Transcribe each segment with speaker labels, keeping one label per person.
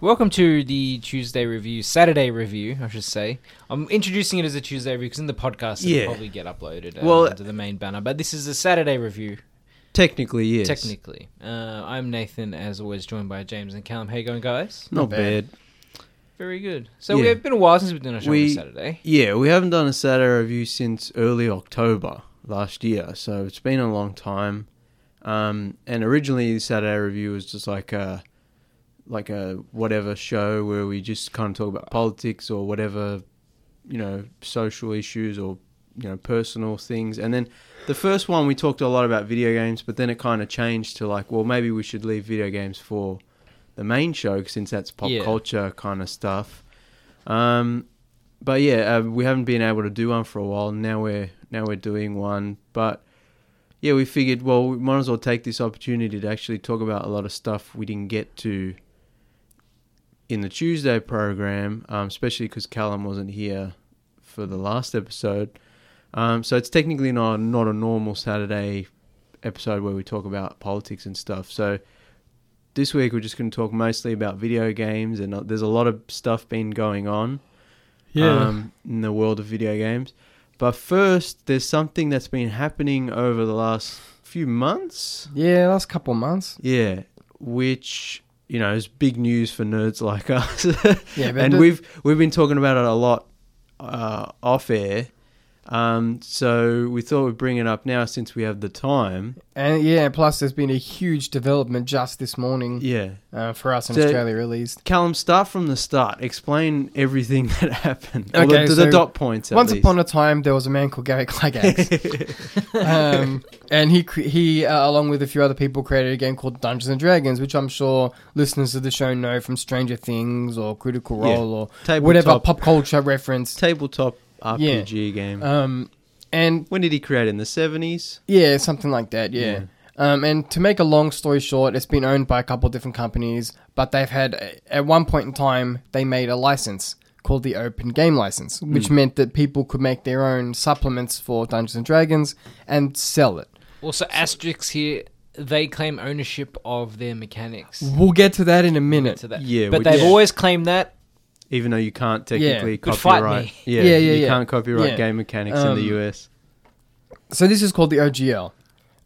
Speaker 1: Welcome to the Tuesday review, Saturday review, I should say. I'm introducing it as a Tuesday review because in the podcast it'll
Speaker 2: Yeah.
Speaker 1: probably get uploaded um,
Speaker 2: Well-
Speaker 1: under the main banner. But this is a Saturday review,
Speaker 2: Technically, yes.
Speaker 1: technically. Uh, I'm Nathan, as always, joined by James and Callum. How you going, guys?
Speaker 2: Not,
Speaker 3: Not
Speaker 2: bad.
Speaker 3: bad.
Speaker 1: Very good. So
Speaker 2: Yeah.
Speaker 1: we've been a while since we've done a show on a
Speaker 2: We-
Speaker 1: Saturday.
Speaker 2: Yeah, we haven't done a Saturday review since early October last year, so it's been a long time. Um, and originally, the Saturday review was just like a like a whatever show where we just kind of talk about politics or whatever you know social issues or you know personal things. And then the first one we talked a lot about video games, but then it kind of changed to like, well, maybe we should leave video games for the main show since that's pop
Speaker 1: Yeah.
Speaker 2: culture kind of stuff. Um, but yeah, uh, we haven't been able to do one for a while. Now we're now we're doing one, but yeah, we figured well we might as well take this opportunity to actually talk about a lot of stuff we didn't get to in the Tuesday program, um, especially because Callum wasn't here for the last episode. Um, so it's technically not not a normal Saturday episode where we talk about politics and stuff. So this week we're just going to talk mostly about video games, and uh, there's a lot of stuff been going on um, in the world of video games. But first, there's something that's been happening over the last few months.
Speaker 3: yeah, last couple of months.
Speaker 2: Yeah, which you know is big news for nerds like us.
Speaker 3: Yeah, but
Speaker 2: and
Speaker 3: the-
Speaker 2: we've we've been talking about it a lot uh, off air. Um, so we thought we'd bring it up now since we have the time.
Speaker 3: And yeah, plus there's been a huge development just this morning
Speaker 2: Yeah,
Speaker 3: uh, for us in
Speaker 2: So-
Speaker 3: Australia, at least.
Speaker 2: Callum, start from the start. Explain everything that happened. Or
Speaker 3: Okay,
Speaker 2: the, the
Speaker 3: so
Speaker 2: dot points. At
Speaker 3: Once
Speaker 2: least.
Speaker 3: upon a time, there was a man called Gary Gygax, um, and he cre- he uh, along with a few other people created a game called Dungeons and Dragons, which I'm sure listeners of the show know from Stranger Things or Critical
Speaker 2: Yeah.
Speaker 3: Role or
Speaker 2: Tabletop.
Speaker 3: whatever pop culture reference.
Speaker 2: tabletop RPG game.
Speaker 3: Um, and
Speaker 2: when did he create it? In the seventies.
Speaker 3: Yeah, something like that. Yeah.
Speaker 2: Yeah.
Speaker 3: Um, and to make a long story short, it's been owned by a couple of different companies, but they've had at one point in time they made a license called the Open Game License, which meant that people could make their own supplements for Dungeons and Dragons and sell it.
Speaker 1: Also, asterisks here, they claim ownership of their mechanics.
Speaker 3: We'll get to that in a minute.
Speaker 1: To that.
Speaker 2: Yeah,
Speaker 1: but
Speaker 2: which-
Speaker 1: they've
Speaker 3: Yeah.
Speaker 1: always claimed that.
Speaker 2: even though you can't technically
Speaker 1: Could fight
Speaker 2: copyright.
Speaker 1: me.
Speaker 2: Yeah,
Speaker 3: Yeah, yeah,
Speaker 2: you
Speaker 3: yeah.
Speaker 2: can't copyright
Speaker 3: Yeah. Um,
Speaker 2: game mechanics in the US.
Speaker 3: So this is called the OGL,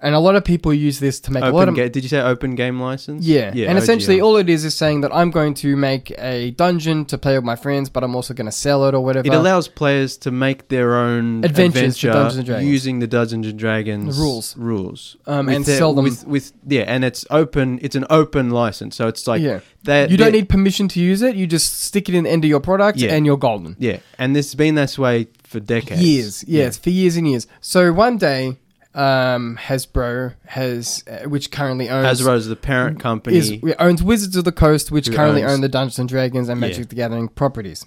Speaker 3: and a lot of people use this to make a lot
Speaker 2: Open
Speaker 3: of
Speaker 2: game. Did you say open game license?
Speaker 3: Yeah. and
Speaker 2: OGL.
Speaker 3: essentially all it is is saying that I'm going to make a dungeon to play with my friends, but I'm also going to sell it or whatever.
Speaker 2: it allows players to make their own
Speaker 3: Adventures for
Speaker 2: adventure
Speaker 3: Dungeons and Dragons.
Speaker 2: using the Dungeons and Dragons
Speaker 3: The rules.
Speaker 2: rules,
Speaker 3: Um,
Speaker 2: With
Speaker 3: and sell them.
Speaker 2: with, with yeah, and it's open. It's an open license, so it's like
Speaker 3: Yeah.
Speaker 2: that.
Speaker 3: you don't
Speaker 2: that-
Speaker 3: need permission to use it. You just stick it in the end of your product
Speaker 2: Yeah.
Speaker 3: and you're golden.
Speaker 2: yeah, and this has been this way for decades.
Speaker 3: Years, yes, for years and years. So one day, um, Hasbro has, uh, which currently owns
Speaker 2: Hasbro's the parent company.
Speaker 3: is owns Wizards of the Coast, which
Speaker 2: Who
Speaker 3: currently
Speaker 2: owns-
Speaker 3: own the Dungeons and Dragons and
Speaker 2: Yeah.
Speaker 3: Magic the Gathering properties.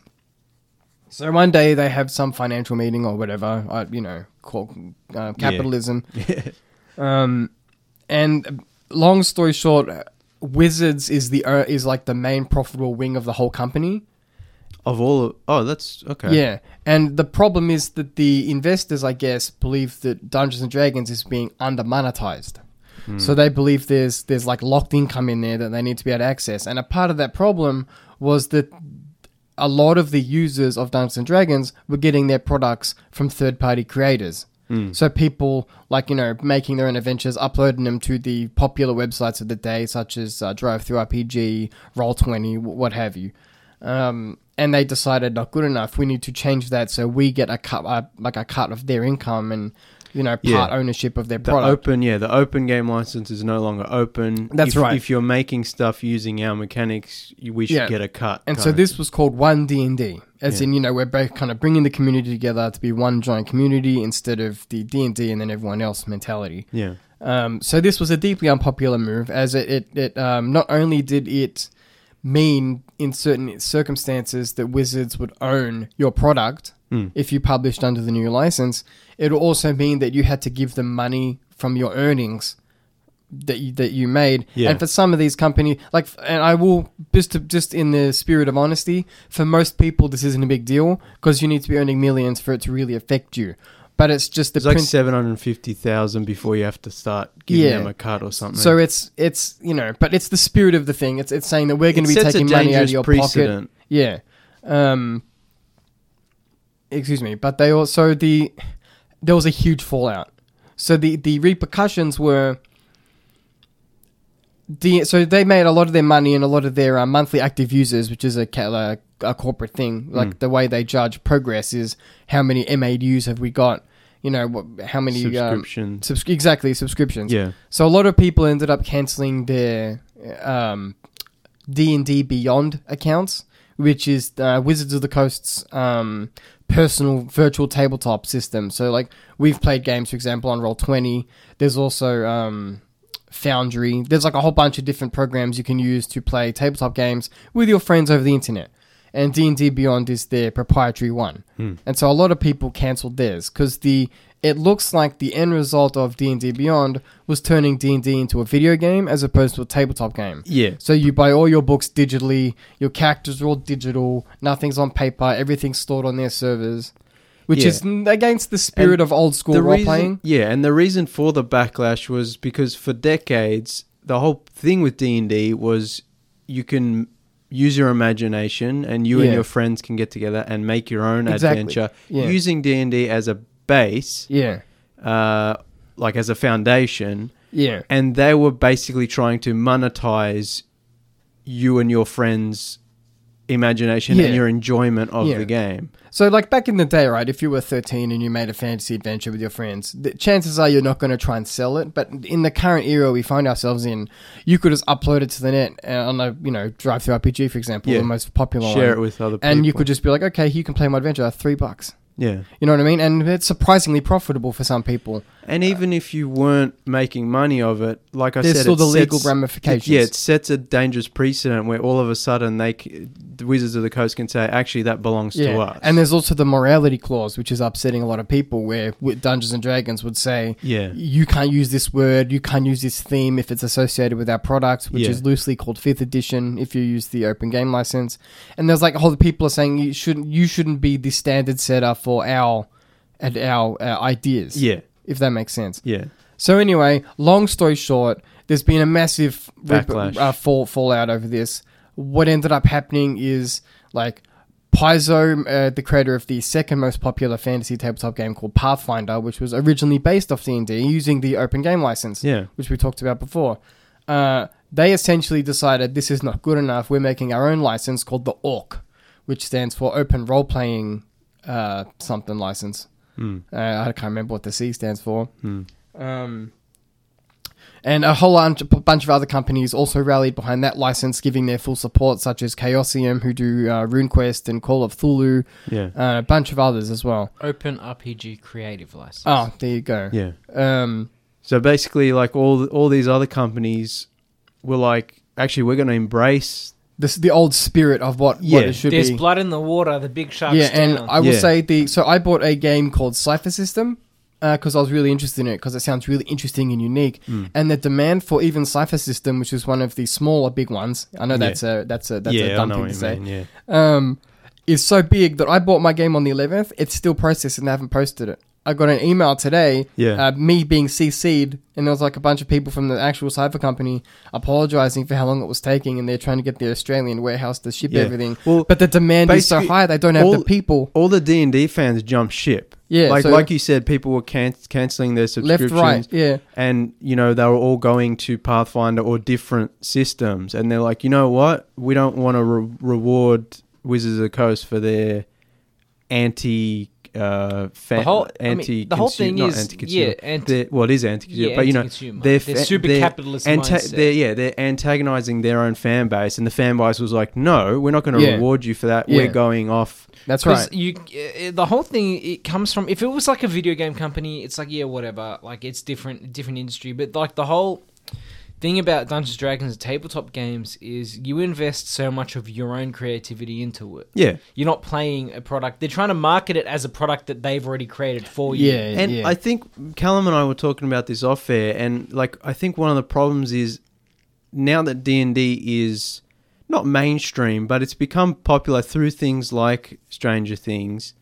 Speaker 3: So one day they have some financial meeting or whatever, uh, you know, called uh, capitalism. Um, and uh, long story short, uh, Wizards is the uh, is like the main profitable wing of the whole company.
Speaker 2: of all, of, oh, that's okay.
Speaker 3: Yeah, and the problem is that the investors, I guess, believe that Dungeons and Dragons is being under monetized. So they believe there's there's like locked income in there that they need to be able to access. And a part of that problem was that a lot of the users of Dungeons and Dragons were getting their products from third party creators.
Speaker 2: Hmm.
Speaker 3: So people like you know making their own adventures, uploading them to the popular websites of the day, such as uh, Drive Through RPG, Roll Twenty, w- what have you. Um, and they decided not good enough. We need to change that so we get a cut, uh, like a cut of their income and you know part
Speaker 2: Yeah.
Speaker 3: ownership of their
Speaker 2: The
Speaker 3: product.
Speaker 2: open, yeah, the open game license is no longer open. If-
Speaker 3: That's right.
Speaker 2: If you're making stuff using our mechanics, you- we should
Speaker 3: Yeah.
Speaker 2: get a cut.
Speaker 3: And
Speaker 2: kind
Speaker 3: so
Speaker 2: of
Speaker 3: this was called One D and D, as in you know we're both kind of bringing the community together to be one giant community instead of the D and D and then everyone else mentality.
Speaker 2: thing. yeah,
Speaker 3: Um, so this was a deeply unpopular move, as it it, it um, not only did it mean in certain circumstances that wizards would own your product
Speaker 2: Hmm.
Speaker 3: if you published under the new license, it would also mean that you had to give them money from your earnings that you, that you made.
Speaker 2: Yeah.
Speaker 3: And for some of these companies, like, and I will just to, just in the spirit of honesty, for most people this isn't a big deal because you need to be earning millions for it to really affect you. But it's just the
Speaker 2: It's like
Speaker 3: prin-
Speaker 2: seven hundred fifty thousand before you have to start giving
Speaker 3: Yeah.
Speaker 2: them a cut or something.
Speaker 3: so it's it's you know, but it's the spirit of the thing. It's it's saying that we're going to be taking money out of your pocket. Yeah. Um excuse me, but they also the there was a huge fallout. So the the repercussions were the so they made a lot of their money and a lot of their uh, monthly active users, which is a ca- uh, a corporate thing. Like the way they judge progress is how many MAUs have we got? You know, what, how many um,
Speaker 2: subscriptions.
Speaker 3: subs- exactly subscriptions?
Speaker 2: yeah,
Speaker 3: So a lot of people ended up canceling their um, D and D Beyond accounts, which is uh, Wizards of the Coast's um, personal virtual tabletop system. So like we've played games, for example, on Roll Twenty. There's also um, Foundry. There's like a whole bunch of different programs you can use to play tabletop games with your friends over the internet. And D and D Beyond is their proprietary one, and so a lot of people cancelled theirs because the it looks like the end result of D and D Beyond was turning D and D into a video game as opposed to a tabletop game.
Speaker 2: yeah.
Speaker 3: So you buy all your books digitally. Your characters are all digital. Nothing's on paper. Everything's stored on their servers, which
Speaker 2: Yeah.
Speaker 3: is n- against the spirit of old school role
Speaker 2: reason,
Speaker 3: playing.
Speaker 2: Yeah, and the reason for the backlash was because for decades the whole thing with D and D was you can use your imagination and you and
Speaker 3: Yeah.
Speaker 2: your friends can get together and make your own
Speaker 3: Exactly.
Speaker 2: adventure
Speaker 3: Yeah.
Speaker 2: using D and D as a base,
Speaker 3: Yeah,
Speaker 2: uh, like as a foundation,
Speaker 3: yeah,
Speaker 2: and they were basically trying to monetize you and your friends' imagination
Speaker 3: Yeah.
Speaker 2: and your enjoyment of
Speaker 3: Yeah.
Speaker 2: the game.
Speaker 3: So, like back in the day, right? If you were 13 and you made a fantasy adventure with your friends, the chances are you're not going to try and sell it. But in the current era we find ourselves in, you could just upload it to the net uh, on a you know drive through RPG, for example,
Speaker 2: Yeah.
Speaker 3: the most popular one,
Speaker 2: Share it with other people.
Speaker 3: and you could just be like, okay, you can play my adventure, three bucks.
Speaker 2: yeah.
Speaker 3: You know what I mean? And it's surprisingly profitable for some people.
Speaker 2: And even if you weren't making money of it, like I
Speaker 3: There's
Speaker 2: said,
Speaker 3: still
Speaker 2: it
Speaker 3: the legal
Speaker 2: sets-
Speaker 3: ramifications.
Speaker 2: Yeah, it sets a dangerous precedent where all of a sudden they, c- the Wizards of the Coast can say, actually, that belongs to us.
Speaker 3: And there's also the morality clause, which is upsetting a lot of people, where w- Dungeons and Dragons would say,
Speaker 2: Yeah.
Speaker 3: you can't use this word, you can't use this theme if it's associated with our product, which
Speaker 2: Yeah.
Speaker 3: is loosely called Fifth Edition if you use the Open Game License." And there's like, whole people are saying you shouldn't, you shouldn't be the standard setter for our, and our uh, ideas.
Speaker 2: yeah,
Speaker 3: if that makes sense.
Speaker 2: yeah.
Speaker 3: So anyway, long story short, there's been a massive rep-
Speaker 2: Backlash.
Speaker 3: uh, fall fallout over this. What ended up happening is like Paizo, uh, the creator of the second most popular fantasy tabletop game called Pathfinder, which was originally based off D and D using the open game license,
Speaker 2: Yeah.
Speaker 3: which we talked about before. Uh, they essentially decided this is not good enough. We're making our own license called the ORC, which stands for Open Role Playing uh, something license.
Speaker 2: Hmm.
Speaker 3: Uh, I can't remember what the C stands for. Um, and a whole bunch, bunch of other companies also rallied behind that license, giving their full support, such as Chaosium, who do uh, RuneQuest and Call of Thulu,
Speaker 2: Yeah.
Speaker 3: uh, a bunch of others as well.
Speaker 1: Open RPG creative license.
Speaker 3: Oh, there you go.
Speaker 2: Yeah.
Speaker 3: Um,
Speaker 2: So basically, like all all these other companies were like, actually, we're going to embrace.
Speaker 3: this the old spirit of what,
Speaker 2: Yeah.
Speaker 3: what it should
Speaker 1: There's
Speaker 3: be.
Speaker 1: blood in the water. The big shark's
Speaker 3: yeah, and
Speaker 1: down.
Speaker 3: I will
Speaker 2: Yeah.
Speaker 3: say the so I bought a game called Cipher System because I was really interested in it because it sounds really interesting and unique.
Speaker 2: Hmm.
Speaker 3: And the demand for even Cipher System, which is one of the smaller big ones, I know
Speaker 2: Yeah.
Speaker 3: that's a that's a that's
Speaker 2: yeah,
Speaker 3: a
Speaker 2: I
Speaker 3: dumb
Speaker 2: know
Speaker 3: thing
Speaker 2: what
Speaker 3: to
Speaker 2: you
Speaker 3: say.
Speaker 2: mean. Yeah.
Speaker 3: um, is so big that I bought my game on the 11th. It's still processed and they haven't posted it. I got an email today,
Speaker 2: Yeah.
Speaker 3: uh, me being CC'd, and there was like a bunch of people from the actual cypher company apologizing for how long it was taking, and they're trying to get the Australian warehouse to ship
Speaker 2: Yeah.
Speaker 3: everything.
Speaker 2: Well,
Speaker 3: but the demand is so
Speaker 2: basically,
Speaker 3: high, they don't have the
Speaker 2: all-
Speaker 3: people.
Speaker 2: all the D and D fans jumped ship.
Speaker 3: Yeah,
Speaker 2: like
Speaker 3: so-
Speaker 2: like you said, people were can- canceling their
Speaker 3: Left,
Speaker 2: subscriptions.
Speaker 3: right, yeah.
Speaker 2: and you know they were all going to Pathfinder or different systems, and they're like, you know what, we don't want to re- reward Wizards of the Coast for their anti. Uh, fan,
Speaker 1: The whole- I mean,
Speaker 2: anti
Speaker 1: the whole thing is- yeah, anti-
Speaker 2: well, it is anti-consumer,
Speaker 1: Yeah,
Speaker 2: but you know,
Speaker 1: anti-consumer.
Speaker 2: they're,
Speaker 1: They're
Speaker 2: fa-
Speaker 1: super
Speaker 2: they're
Speaker 1: capitalist mindset.
Speaker 2: They're, yeah, they're antagonizing their own fan base, and the fan base was like, "No, we're not going to
Speaker 3: Yeah.
Speaker 2: reward you for that.
Speaker 3: Yeah.
Speaker 2: We're going off."
Speaker 3: That's right.
Speaker 1: Because you, uh, the whole thing it comes from. If it was like a video game company, it's like yeah, whatever. Like it's different, different industry. But like the whole thing about Dungeons and Dragons and tabletop games is you invest so much of your own creativity into it.
Speaker 2: Yeah,
Speaker 1: You're not playing a product. They're trying to market it as a product that they've already created for you.
Speaker 3: Yeah,
Speaker 2: And
Speaker 3: yeah.
Speaker 2: I think Callum and I were talking about this off air, and like I think one of the problems is now that D and D is not mainstream, but it's become popular through things like Stranger Things.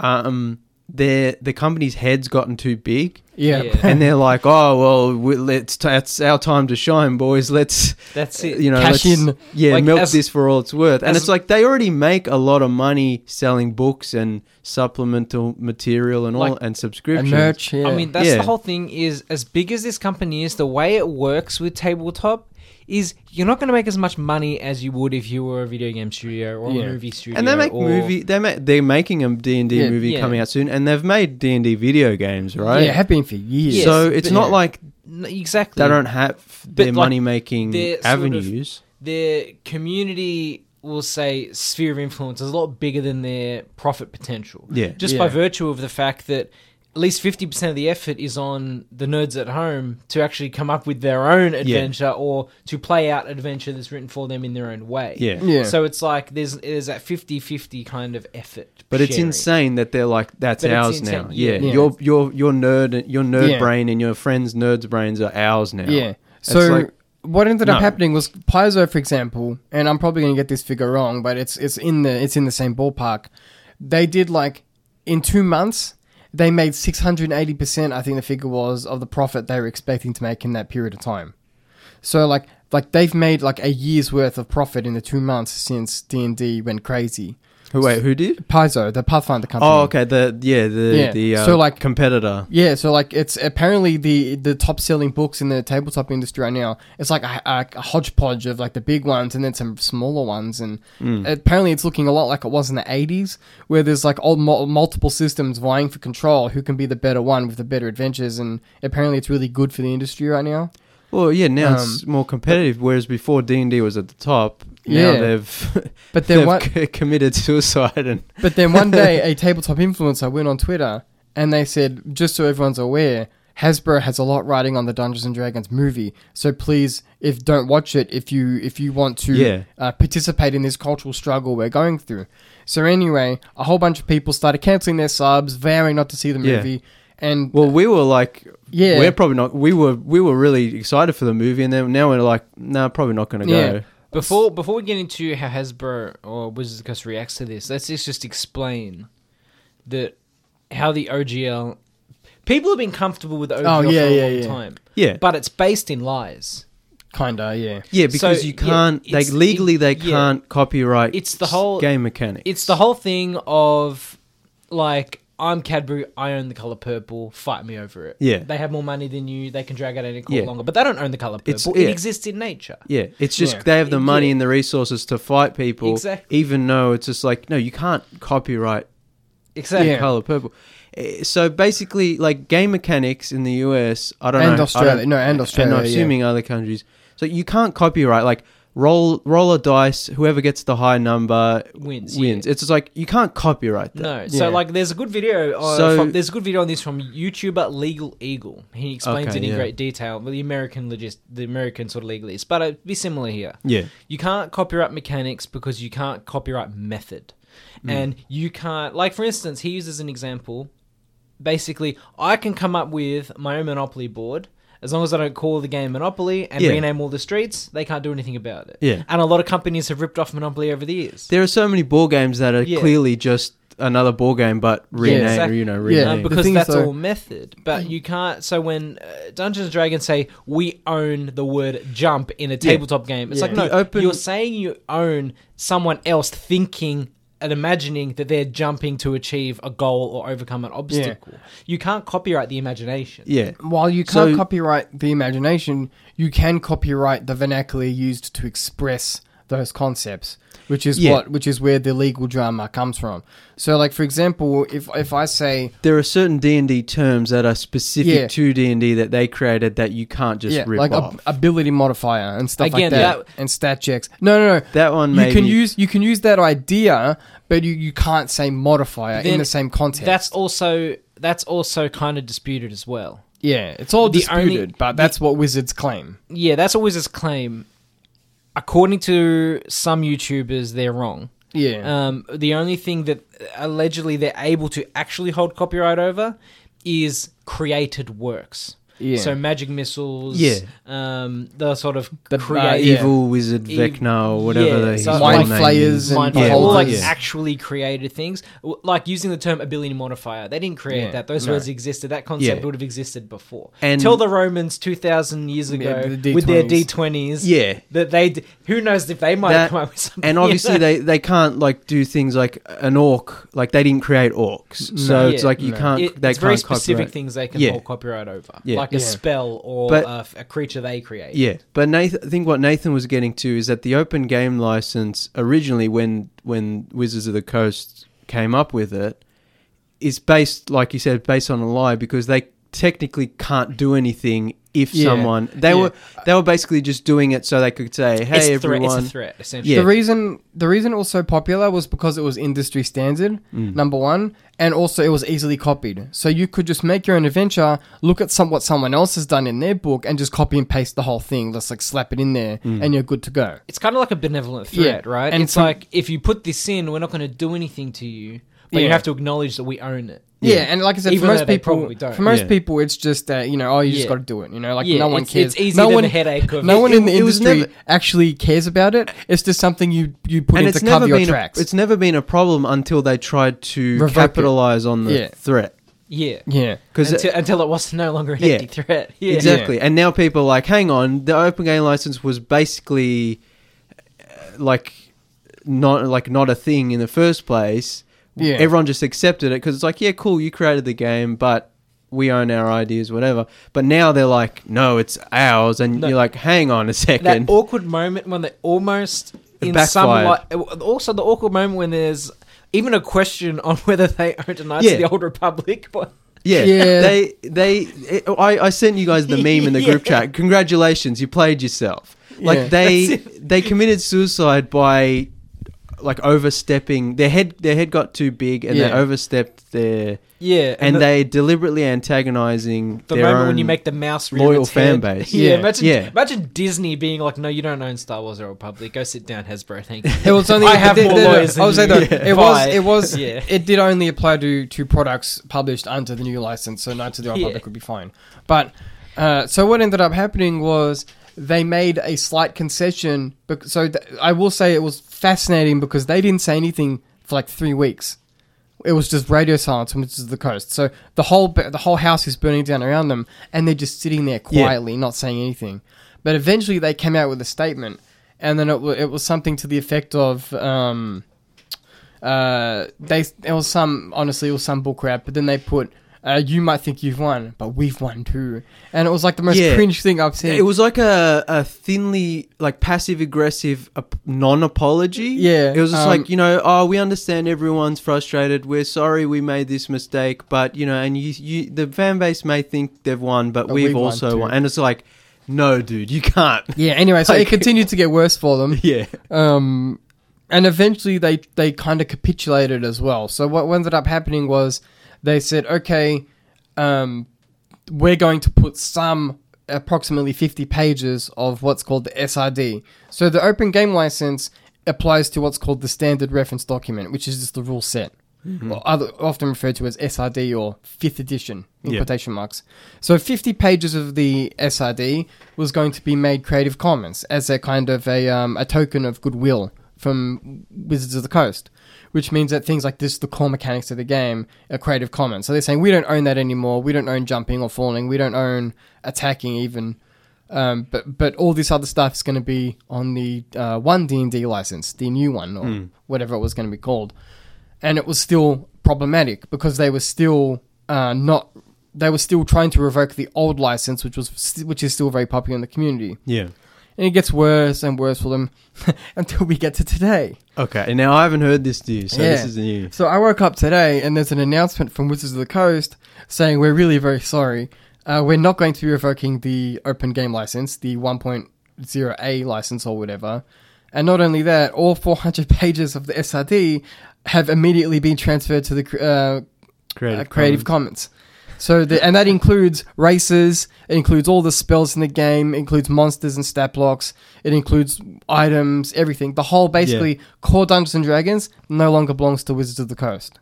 Speaker 2: Um, their the company's head's gotten too big,
Speaker 3: Yeah.
Speaker 1: Yeah.
Speaker 2: and they're like, "Oh well, we, let's t- it's our time to shine, boys. Let's
Speaker 1: That's
Speaker 2: uh,
Speaker 1: it.
Speaker 2: you know, let's-
Speaker 3: Cash in.
Speaker 2: yeah,
Speaker 1: Like,
Speaker 2: milk
Speaker 1: as-
Speaker 2: this for all it's worth." And
Speaker 1: as-
Speaker 2: it's like they already make a lot of money selling books and supplemental material and all
Speaker 1: Like-
Speaker 2: and
Speaker 3: And
Speaker 2: subscriptions.
Speaker 3: merch. Yeah.
Speaker 1: I mean, that's
Speaker 2: Yeah.
Speaker 1: the whole thing. Is as big as this company is, the way it works with tabletop is you're not going to make as much money as you would if you were a video game studio or
Speaker 3: Yeah.
Speaker 1: a movie studio.
Speaker 2: and they make
Speaker 1: or-
Speaker 2: movie. They make they're making a D and D
Speaker 3: Yeah,
Speaker 2: movie
Speaker 1: yeah.
Speaker 2: coming out soon, and they've made D and D video games, right?
Speaker 3: yeah, have been for years.
Speaker 2: so
Speaker 1: Yes,
Speaker 2: it's
Speaker 1: but-
Speaker 2: not like
Speaker 1: N- exactly.
Speaker 2: they don't have
Speaker 1: But,
Speaker 2: their
Speaker 1: like,
Speaker 2: money making
Speaker 1: they're sort of-
Speaker 2: avenues.
Speaker 1: Their community, will say, sphere of influence is a lot bigger than their profit potential.
Speaker 2: Yeah.
Speaker 1: Just by
Speaker 3: Yeah.
Speaker 1: virtue of the fact that at least 50% of the effort is on the nerds at home to actually come up with their own adventure or to play out adventure that's written for them in their own way.
Speaker 2: yeah.
Speaker 3: yeah.
Speaker 1: So it's like there's there's that 50-50 kind of effort.
Speaker 2: But it's
Speaker 1: sharing.
Speaker 2: insane that they're like, that's
Speaker 1: But it's
Speaker 2: ours
Speaker 1: insane,
Speaker 2: now.
Speaker 1: yeah.
Speaker 2: Yeah.
Speaker 3: Yeah.
Speaker 2: Your your your nerd your nerd
Speaker 3: Yeah.
Speaker 2: brain and your friends' nerds brains are ours now.
Speaker 3: Yeah.
Speaker 2: It's
Speaker 3: So
Speaker 2: like-
Speaker 3: what ended
Speaker 2: No.
Speaker 3: up happening was Paizo, for example, and I'm probably going to get this figure wrong, but it's it's in the it's in the same ballpark. They did like in two months they made 680 percent. I think the figure was of the profit they were expecting to make in that period of time. So like like they've made like a year's worth of profit in the two months since D and D went crazy.
Speaker 2: Who wait, who did?
Speaker 3: Paizo, the Pathfinder company.
Speaker 2: Oh, okay. The yeah, the
Speaker 3: Yeah.
Speaker 2: the uh,
Speaker 3: So, like-
Speaker 2: competitor.
Speaker 3: Yeah, so like it's apparently the the top selling books in the tabletop industry right now. It's like a, a, a hodgepodge of like the big ones and then some smaller ones, and apparently it's looking a lot like it was in the eighties, where there's like all mul multiple systems vying for control. Who can be the better one with the better adventures? And apparently it's really good for the industry right now.
Speaker 2: Well, yeah. Now it's more competitive, whereas before D and D was at the top. Now
Speaker 3: Yeah.
Speaker 2: they've
Speaker 3: But then
Speaker 2: they've
Speaker 3: one,
Speaker 2: c- committed suicide and
Speaker 3: But then one day, a tabletop influencer went on Twitter and they said, just so everyone's aware, Hasbro has a lot writing on the Dungeons and Dragons movie, so please, if don't watch it, if you if you want to
Speaker 2: Yeah.
Speaker 3: uh, participate in this cultural struggle we're going through. So anyway, a whole bunch of people started canceling their subs, vowing not to see the
Speaker 2: Yeah.
Speaker 3: movie, and
Speaker 2: well, we were like.
Speaker 3: yeah,
Speaker 2: We're probably not. We were we were really excited for the movie, and then now we're like, nah, probably not going to go.
Speaker 3: Yeah.
Speaker 1: Before before we get into how Hasbro or Wizards of the Coast reacts to this, let's just, just explain that how the OGL people have been comfortable with the OGL
Speaker 3: Oh, yeah,
Speaker 1: for a
Speaker 3: yeah,
Speaker 1: long
Speaker 3: yeah.
Speaker 1: time,
Speaker 2: Yeah,
Speaker 1: but it's based in lies.
Speaker 3: kinda, yeah,
Speaker 2: Yeah,
Speaker 1: So,
Speaker 2: because you
Speaker 1: yeah,
Speaker 2: can't.
Speaker 1: it's-
Speaker 2: they legally they
Speaker 1: it- yeah.
Speaker 2: can't copyright.
Speaker 1: It's the whole-
Speaker 2: game mechanics.
Speaker 1: It's the whole thing of like I'm Cadbury, I own the color purple. Fight me over it.
Speaker 2: Yeah.
Speaker 1: they have more money than you. They can drag out any court
Speaker 2: Yeah.
Speaker 1: longer, but they don't own the color purple.
Speaker 2: It's-
Speaker 1: It
Speaker 2: yeah.
Speaker 1: exists in nature.
Speaker 2: Yeah, it's just
Speaker 3: Yeah.
Speaker 2: they have the money
Speaker 1: Yeah.
Speaker 2: and the resources to fight people.
Speaker 1: Exactly.
Speaker 2: Even though it's just like no, you can't copyright
Speaker 1: Exactly.
Speaker 3: Yeah.
Speaker 2: color purple. Eh, So basically, like game mechanics in the US, I don't know,
Speaker 3: and
Speaker 2: I
Speaker 3: Australia,
Speaker 2: don't-
Speaker 3: no, and Australia,
Speaker 2: and I'm assuming other countries. So you can't copyright like roll roll a dice. Whoever gets the high number
Speaker 1: Wins,
Speaker 2: Wins. It's just like you can't copyright that.
Speaker 1: No, so
Speaker 3: Yeah.
Speaker 1: like there's a good video. Uh,
Speaker 2: So-
Speaker 1: from, there's a good video on this from YouTuber Legal Eagle. He explains
Speaker 2: Okay,
Speaker 1: it in
Speaker 2: yeah.
Speaker 1: great detail. Well, the American logist, the American sort of legalist, but it'd be similar here.
Speaker 2: Yeah.
Speaker 1: You can't copyright mechanics because you can't copyright method,
Speaker 2: Hmm.
Speaker 1: and you can't like for instance, he uses an example. Basically, I can come up with my own Monopoly board. As long as I don't call the game Monopoly and
Speaker 2: Yeah.
Speaker 1: rename all the streets, they can't do anything about it.
Speaker 2: Yeah.
Speaker 1: And a lot of companies have ripped off Monopoly over the years.
Speaker 2: There are so many ball games that are
Speaker 1: Yeah.
Speaker 2: clearly just another ball game, but renamed.
Speaker 1: exactly.
Speaker 2: You know,
Speaker 3: Yeah.
Speaker 2: renamed.
Speaker 1: Um, because
Speaker 3: thing is,
Speaker 1: that's
Speaker 3: though-
Speaker 1: all method. But you can't. So when uh, Dungeons and Dragons say we own the word jump in a tabletop game, it's
Speaker 3: Yeah.
Speaker 1: like no,
Speaker 2: The open-
Speaker 1: you're saying you own someone else thinking and imagining that they're jumping to achieve a goal or overcome an obstacle. You can't copyright the imagination.
Speaker 2: yeah.
Speaker 3: While you
Speaker 2: So-
Speaker 3: can't copyright the imagination, you can copyright the vernacular used to express those concepts, which is
Speaker 2: Yeah.
Speaker 3: what which is where the legal drama comes from. So, like for example, if if I say
Speaker 2: there are certain D and D terms that are specific
Speaker 3: Yeah.
Speaker 2: to D and D that they created that you can't just
Speaker 3: yeah,
Speaker 2: rip
Speaker 3: like
Speaker 2: off.
Speaker 3: ab-
Speaker 1: uh,
Speaker 3: ability modifier and stuff
Speaker 1: Again,
Speaker 3: like that,
Speaker 1: that-
Speaker 3: and stat checks. No, no, no.
Speaker 2: that one,
Speaker 3: you
Speaker 2: maybe,
Speaker 3: can use you can use that idea, but you, you can't say modifier in
Speaker 1: Then
Speaker 3: the same context.
Speaker 1: That's also that's also kind of disputed as well.
Speaker 3: yeah, it's all
Speaker 1: the only-
Speaker 3: disputed, but that's what wizards claim.
Speaker 1: Yeah, that's always his claim. According to some YouTubers, they're wrong.
Speaker 3: Yeah,
Speaker 1: Um, the only thing that allegedly they're able to actually hold copyright over is created works.
Speaker 3: Yeah.
Speaker 1: So magic missiles,
Speaker 2: Yeah.
Speaker 1: um, the sort of
Speaker 3: The, uh,
Speaker 1: create
Speaker 3: yeah.
Speaker 2: Evil wizard
Speaker 1: Ev-
Speaker 2: Vecna or whatever
Speaker 1: E- yeah,
Speaker 2: they
Speaker 1: so
Speaker 2: his
Speaker 1: like-
Speaker 2: full name
Speaker 3: Mindflayers
Speaker 2: is.
Speaker 3: and
Speaker 1: mind
Speaker 2: Yeah,
Speaker 1: all like
Speaker 2: yeah.
Speaker 1: actually created things, W- like using the term ability modifier. They didn't create
Speaker 3: Yeah,
Speaker 1: that; those
Speaker 3: no.
Speaker 1: words existed. That concept
Speaker 2: Yeah.
Speaker 1: would have existed before.
Speaker 2: And-
Speaker 1: Tell the Romans two thousand years ago
Speaker 3: Yeah, the
Speaker 1: with their d
Speaker 3: D20s.
Speaker 1: twenties,
Speaker 2: Yeah.
Speaker 1: that they d- who knows if they might
Speaker 2: That-
Speaker 1: have come up with something.
Speaker 2: And obviously
Speaker 1: you know?
Speaker 2: they, they can't like do things like an orc like they didn't create orcs. so
Speaker 1: No.
Speaker 2: it's like you
Speaker 3: No.
Speaker 2: can't
Speaker 1: It-
Speaker 2: they
Speaker 1: it's
Speaker 2: can't
Speaker 1: very specific
Speaker 2: copyright.
Speaker 1: things they can
Speaker 2: Yeah.
Speaker 1: hold copyright over,
Speaker 2: Yeah.
Speaker 1: like a
Speaker 3: Yeah.
Speaker 1: spell or
Speaker 2: But-
Speaker 1: a, a creature they create.
Speaker 2: Yeah, but Nathan, I think what Nathan was getting to is that the open game license originally, when when Wizards of the Coast came up with it, is based, like you said, based on a lie because they technically can't do anything if
Speaker 3: Yeah.
Speaker 2: someone they
Speaker 3: Yeah.
Speaker 2: were they were basically just doing it so they could
Speaker 1: it's,
Speaker 2: say, hey
Speaker 1: a threat, it's
Speaker 2: everyone,
Speaker 1: a threat essentially.
Speaker 2: Yeah.
Speaker 3: The reason the reason it was so popular was because it was industry standard,
Speaker 2: Mm.
Speaker 3: number one, and also it was easily copied. So you could just make your own adventure, look at some what someone else has done in their book, and just copy and paste the whole thing. Just like slap it in there,
Speaker 2: Mm.
Speaker 3: and you're good to go.
Speaker 1: it's kind of like a benevolent threat,
Speaker 3: Yeah,
Speaker 1: right?
Speaker 3: and
Speaker 1: it's
Speaker 3: from-
Speaker 1: like if you put this in, we're not going to do anything to you, but you
Speaker 3: Yeah.
Speaker 1: have to acknowledge that we own it.
Speaker 3: Yeah, and like I said,
Speaker 1: Even
Speaker 3: for
Speaker 1: though
Speaker 3: most
Speaker 1: they
Speaker 3: people,
Speaker 1: probably don't.
Speaker 3: for most
Speaker 2: Yeah.
Speaker 3: people, it's just that you know, oh, you
Speaker 1: Yeah.
Speaker 3: just got to do it. You know, like
Speaker 1: Yeah,
Speaker 3: no one
Speaker 1: it's-
Speaker 3: cares.
Speaker 1: it's easier
Speaker 3: no
Speaker 1: than
Speaker 3: one
Speaker 1: the headache of
Speaker 3: no
Speaker 1: it.
Speaker 3: one in the
Speaker 2: It was
Speaker 3: industry
Speaker 2: never-
Speaker 3: actually cares about it. It's just something you you put in to cover your
Speaker 2: been
Speaker 3: tracks.
Speaker 2: A, it's never been a problem until they tried to
Speaker 3: Revoke it.
Speaker 2: capitalize on the
Speaker 3: Yeah.
Speaker 2: threat
Speaker 1: Yeah.
Speaker 3: yeah,
Speaker 2: because
Speaker 1: Until, until it was no longer an
Speaker 2: Yeah.
Speaker 1: empty threat. Yeah.
Speaker 2: Exactly. And now people are like, hang on, the open game license was basically uh, like not like not a thing in the first place.
Speaker 3: Yeah.
Speaker 2: Everyone just accepted it because it's like, yeah, cool, you created the game, but we own our ideas, whatever. But now they're like, no, it's ours, and
Speaker 1: No.
Speaker 2: you're like, hang on a
Speaker 1: That
Speaker 2: second.
Speaker 1: awkward moment when they almost
Speaker 2: It
Speaker 1: in some
Speaker 2: backfired.
Speaker 1: li- also the awkward moment when there's even a question on whether they owned a Knights
Speaker 2: Yeah.
Speaker 1: of the Old Republic. But
Speaker 2: yeah,
Speaker 3: Yeah.
Speaker 2: they they. It, I I sent you guys the meme in the group
Speaker 1: Yeah.
Speaker 2: chat. Congratulations, you played yourself. Like
Speaker 3: Yeah.
Speaker 2: they
Speaker 1: That's
Speaker 2: they committed suicide by like overstepping their head. Their head got too big, and they
Speaker 3: Yeah.
Speaker 2: overstepped their
Speaker 1: yeah,
Speaker 2: and
Speaker 1: the-
Speaker 2: they deliberately antagonizing
Speaker 1: the
Speaker 2: their
Speaker 1: moment
Speaker 2: own.
Speaker 1: when you make the mouse rear
Speaker 2: loyal
Speaker 1: its head.
Speaker 2: fan base.
Speaker 1: Yeah,
Speaker 3: Yeah.
Speaker 1: imagine
Speaker 2: Yeah.
Speaker 1: imagine Disney being like, "No, you don't own Star Wars or Republic. Go sit down, Hasbro. Thank you."
Speaker 3: It was only.
Speaker 1: I have
Speaker 3: the-
Speaker 1: more
Speaker 3: the- the-
Speaker 1: lawyers.
Speaker 3: I was
Speaker 1: than
Speaker 3: saying
Speaker 1: you.
Speaker 3: that it was.
Speaker 1: Bye.
Speaker 3: It was.
Speaker 1: Yeah.
Speaker 3: It did only apply to to products published under the new license, so Knights of the Old
Speaker 1: Yeah.
Speaker 3: Republic would be fine. But uh, so what ended up happening was they made a slight concession. bec- So th- I will say it was fascinating because they didn't say anything for like three weeks. It was just radio silence from Wizards of the Coast. So the whole ba- the whole house is burning down around them, and they're just sitting there
Speaker 2: Yeah.
Speaker 3: quietly, not saying anything. But eventually, they came out with a statement, and then it, wa it was something to the effect of, um, uh, they it was some honestly it was some bullcrap. But then they put, uh, you might think you've won, but we've won too, and it was like the most
Speaker 2: Yeah.
Speaker 3: cringe thing I've seen.
Speaker 2: It was like a, a thinly, like passive aggressive ap- non apology.
Speaker 3: Yeah,
Speaker 2: It was just
Speaker 3: um,
Speaker 2: like, you know, oh, we understand everyone's frustrated. We're sorry we made this mistake. But, you know, and you, you the fan base may think they've won, but,
Speaker 3: But
Speaker 2: we've,
Speaker 3: we've won
Speaker 2: also
Speaker 3: too.
Speaker 2: won. And it's like, no, dude, you can't.
Speaker 3: yeah. Anyway, so
Speaker 2: Like-
Speaker 3: it continued to get worse for them.
Speaker 2: yeah.
Speaker 3: Um, and eventually they they kind of capitulated as well. So what ended up happening was they said, okay, um, we're going to put some approximately 50 pages of what's called the SRD. So the open game license applies to what's called the standard reference document, which is just the rule set. Or other, often referred to as SRD or fifth edition in
Speaker 2: Yeah.
Speaker 3: quotation marks. So 50 pages of the SRD was going to be made Creative Commons as a kind of a, um, a token of goodwill from Wizards of the Coast, which means that things like this, the core mechanics of the game, are Creative Commons. So they're saying we don't own that anymore. We don't own jumping or falling. We don't own attacking even. Um, but but all this other stuff is going to be on the uh, one D and D license, the new one or whatever it was going to be called, and it was still problematic because they were still uh, not they were still trying to revoke the old license, which was st- which is still very popular in the community,
Speaker 2: Yeah.
Speaker 3: and it gets worse and worse for them until we get to today.
Speaker 2: Okay. And now I haven't heard this, dude. So this
Speaker 3: Yeah.
Speaker 2: is new.
Speaker 3: So I woke up today and there's an announcement from Wizards of the Coast saying we're really very sorry. Uh, we're not going to be revoking the open game license, the 1.0A license or whatever. And not only that, all 400 pages of the SRD have immediately been transferred to the cr- uh, uh,
Speaker 2: Creative.
Speaker 3: Creative Commons. So, the, and that includes races, it includes all the spells in the game, it includes monsters and stat blocks, it includes items, everything. The whole basically core Dungeons and Dragons no longer belongs to Wizards of the Coast.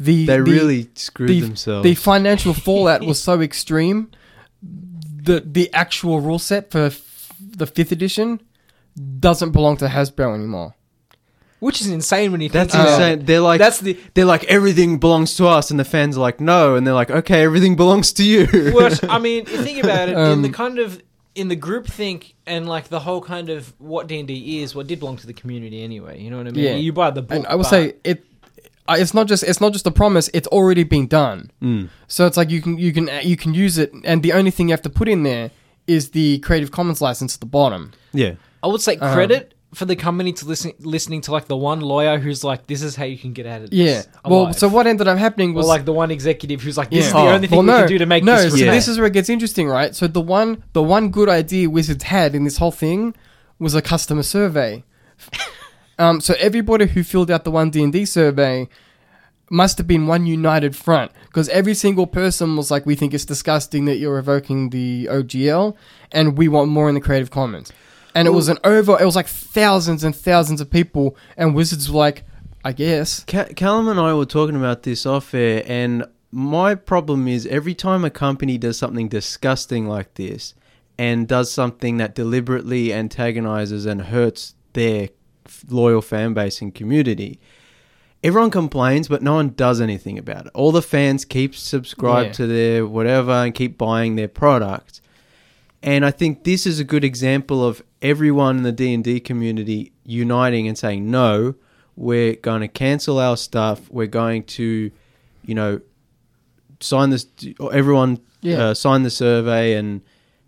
Speaker 3: The
Speaker 2: They
Speaker 3: the-
Speaker 2: really screwed
Speaker 3: the,
Speaker 2: themselves.
Speaker 3: the financial fallout was so extreme the the actual rule set for f- the fifth edition doesn't belong to Hasbro anymore.
Speaker 1: which is insane when you think
Speaker 2: That's
Speaker 3: uh,
Speaker 1: about it.
Speaker 2: insane. They're like
Speaker 1: That's the
Speaker 2: they're like everything belongs to us, and the fans are like no, and they're like okay, everything belongs to you.
Speaker 1: worst. I mean, if you think about it in
Speaker 3: Um,
Speaker 1: the kind of in the group think and like the whole kind of what D and D is, what did belong to the community anyway. You know what I mean?
Speaker 3: Yeah.
Speaker 1: You buy the book.
Speaker 3: And I will
Speaker 1: but-
Speaker 3: say it. I- It's not just it's not just a promise. It's already been done.
Speaker 2: Mm.
Speaker 3: So it's like you can you can you can use it, and the only thing you have to put in there is the Creative Commons license at the bottom.
Speaker 2: Yeah,
Speaker 1: I would say
Speaker 3: Um,
Speaker 1: credit for the company to listen listening to like the one lawyer who's like, "This is how you can get out of this."
Speaker 3: Yeah. Well,
Speaker 1: alive."
Speaker 3: so what ended up happening
Speaker 1: Or
Speaker 3: was
Speaker 1: like the one executive who's like, "This
Speaker 3: Yeah.
Speaker 1: is the
Speaker 2: Oh,
Speaker 1: only thing we can do to make
Speaker 3: no,
Speaker 1: this."
Speaker 3: so
Speaker 1: right."
Speaker 3: this is where it gets interesting, right? So the one the one good idea Wizards had in this whole thing was a customer survey. um, so everybody who filled out the one D and D survey must have been one united front because every single person was like, "We think it's disgusting that you're revoking the OGL, and we want more in the Creative Commons." And it was an over. It was like thousands and thousands of people, and Wizards were like, "I guess."
Speaker 2: Ca- Callum and I were talking about this off air, and my problem is every time a company does something disgusting like this and does something that deliberately antagonizes and hurts their f- loyal fan base and community. Everyone complains, but no one does anything about it. All the fans keep subscribed
Speaker 3: Yeah.
Speaker 2: to their whatever and keep buying their product. And I think this is a good example of everyone in the D and D community uniting and saying, "No, we're going to cancel our stuff. We're going to, you know, sign this. Everyone
Speaker 3: Yeah.
Speaker 2: uh, sign the survey and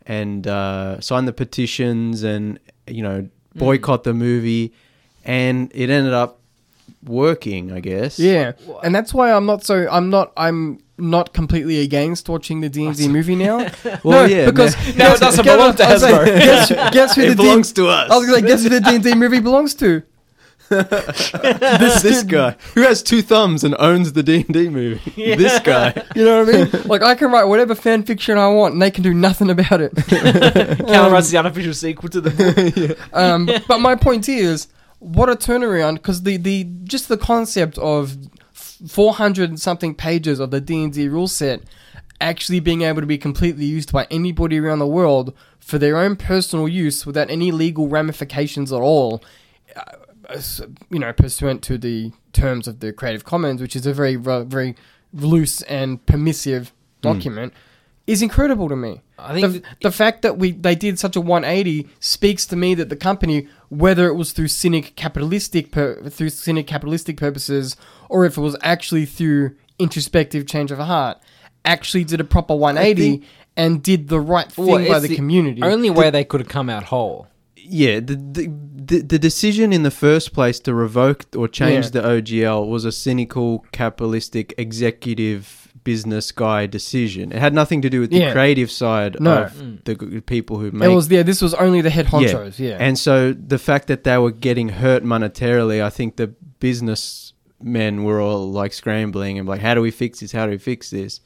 Speaker 2: and uh, sign the petitions and you know boycott the movie." And it ended up working, I guess.
Speaker 3: Yeah, and that's why I'm not so I'm not I'm not completely against watching the D and D movie now.
Speaker 2: Well,
Speaker 3: no,
Speaker 2: yeah,
Speaker 3: because
Speaker 1: no. No, it doesn't
Speaker 3: guess-
Speaker 1: belong to
Speaker 3: I was like,
Speaker 1: Hasbro.
Speaker 3: Guess, guess who
Speaker 2: It
Speaker 3: the
Speaker 2: belongs
Speaker 3: D-
Speaker 2: to us.
Speaker 3: I was like, guess who the D and D movie belongs to?
Speaker 2: this, guy who has two thumbs and owns the D and D movie. This guy.
Speaker 3: You know what I mean? like I can write whatever fan fiction I want, and they can do nothing about it.
Speaker 1: Cal writes the unofficial sequel to the book.
Speaker 3: Um, but my point is, what a turnaround! Because the, the just the concept of four hundred and something pages of the D and D rule set actually being able to be completely used by anybody around the world for their own personal use without any legal ramifications at all. uh, as- You know, pursuant to the terms of the Creative Commons, which is a very ru- very loose and permissive document, is incredible to me
Speaker 1: Hmm. I think
Speaker 3: the, the fact that we they did such a 180 speaks to me that the company, whether it was through cynic capitalistic pur- through cynic capitalistic purposes, or if it was actually through introspective change of heart, actually did a proper 180 and did the right thing
Speaker 1: Well,
Speaker 3: by
Speaker 1: it's
Speaker 3: the, community.
Speaker 1: Only way they could have come out whole.
Speaker 2: Yeah, the, the the the decision in the first place to revoke or change
Speaker 3: Yeah.
Speaker 2: the OGL was a cynical, capitalistic, executive business guy decision. It had nothing to do with the
Speaker 3: Yeah.
Speaker 2: creative side
Speaker 3: No. Mm.
Speaker 2: of the g- people who
Speaker 3: it
Speaker 2: make
Speaker 3: was yeah. This was only the head honchos. Yeah,
Speaker 2: And so the fact that they were getting hurt monetarily, I think the business men were all like scrambling and like, how do we fix this? How do we fix this?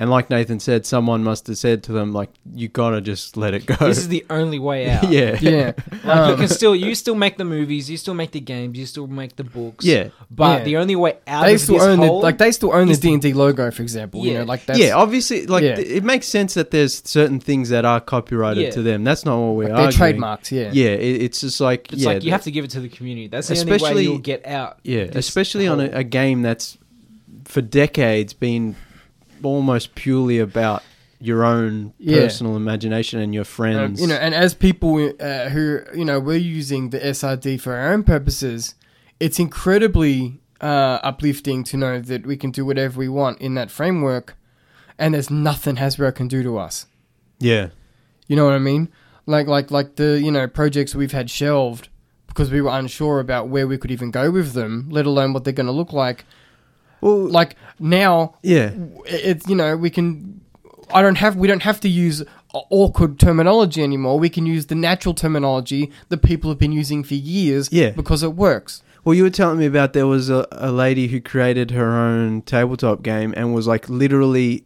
Speaker 2: And like Nathan said, someone must have said to them, like, you gotta just let it go.
Speaker 1: This is the only way out.
Speaker 2: yeah.
Speaker 3: Oh. yeah.
Speaker 1: Like you
Speaker 3: Um,
Speaker 1: can still you still make the movies, you still make the games, you still make the books.
Speaker 2: Yeah.
Speaker 1: But
Speaker 3: Yeah.
Speaker 1: the only way out
Speaker 3: they
Speaker 1: of
Speaker 3: still
Speaker 1: this
Speaker 3: own the
Speaker 1: hole,
Speaker 3: like they still own the
Speaker 1: is
Speaker 3: D and D logo, for example. You
Speaker 1: Yeah.
Speaker 3: know, like that's, um,
Speaker 2: yeah, obviously, like
Speaker 3: Yeah.
Speaker 2: th- it makes sense that there's certain things that are copyrighted
Speaker 1: Yeah.
Speaker 2: to them. That's not what we're
Speaker 3: like
Speaker 2: arguing.
Speaker 3: they're trademarks. Yeah,
Speaker 2: Yeah, it, it's just like
Speaker 1: it's
Speaker 2: yeah,
Speaker 1: like you
Speaker 2: the-
Speaker 1: have to give it to the community. That's the only way
Speaker 2: Especially-
Speaker 1: you'll get out.
Speaker 2: Yeah,
Speaker 1: this
Speaker 2: especially on a,
Speaker 1: whole-
Speaker 2: a game that's for decades been almost purely about your own
Speaker 3: Yeah.
Speaker 2: personal imagination and your
Speaker 3: Um,
Speaker 2: friends.
Speaker 3: you know, and as people uh, who you know we're using the SRD for our own purposes, it's incredibly uh, uplifting to know that we can do whatever we want in that framework, and there's nothing Hasbro can do to us.
Speaker 2: yeah,
Speaker 3: You know what I mean? Like like like the you know projects we've had shelved because we were unsure about where we could even go with them, let alone what they're going to look like.
Speaker 2: well,
Speaker 3: Like now,
Speaker 2: yeah,
Speaker 3: it's you know we can i don't have we don't have to use awkward terminology anymore we can use the natural terminology that people have been using for years
Speaker 2: Yeah.
Speaker 3: because it works
Speaker 2: Well, you were telling me about there was a, a lady who created her own tabletop game and was like literally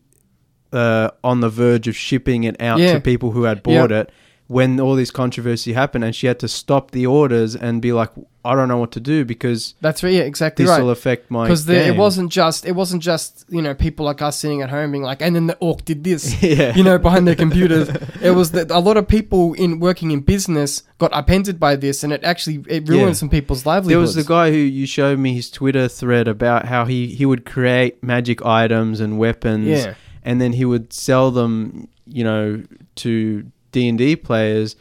Speaker 2: uh, on the verge of shipping it out
Speaker 3: Yeah.
Speaker 2: to people who had bought it when all this controversy happened, and she had to stop the orders and be like, I don't know what to do because
Speaker 3: That's right. Yeah, exactly
Speaker 2: this
Speaker 3: right.
Speaker 2: will affect my
Speaker 3: because
Speaker 2: game.
Speaker 3: it wasn't just it wasn't just you know people like us sitting at home being like and then the orc did this
Speaker 2: yeah.
Speaker 3: you know behind their computers it was that a lot of people in working in business got upended by this and it actually it ruined
Speaker 2: Yeah.
Speaker 3: some people's
Speaker 2: There
Speaker 3: livelihoods
Speaker 2: was the guy who you showed me his Twitter thread about how he, he would create magic items and weapons,
Speaker 3: yeah
Speaker 2: and then he would sell them, you know, to D and D players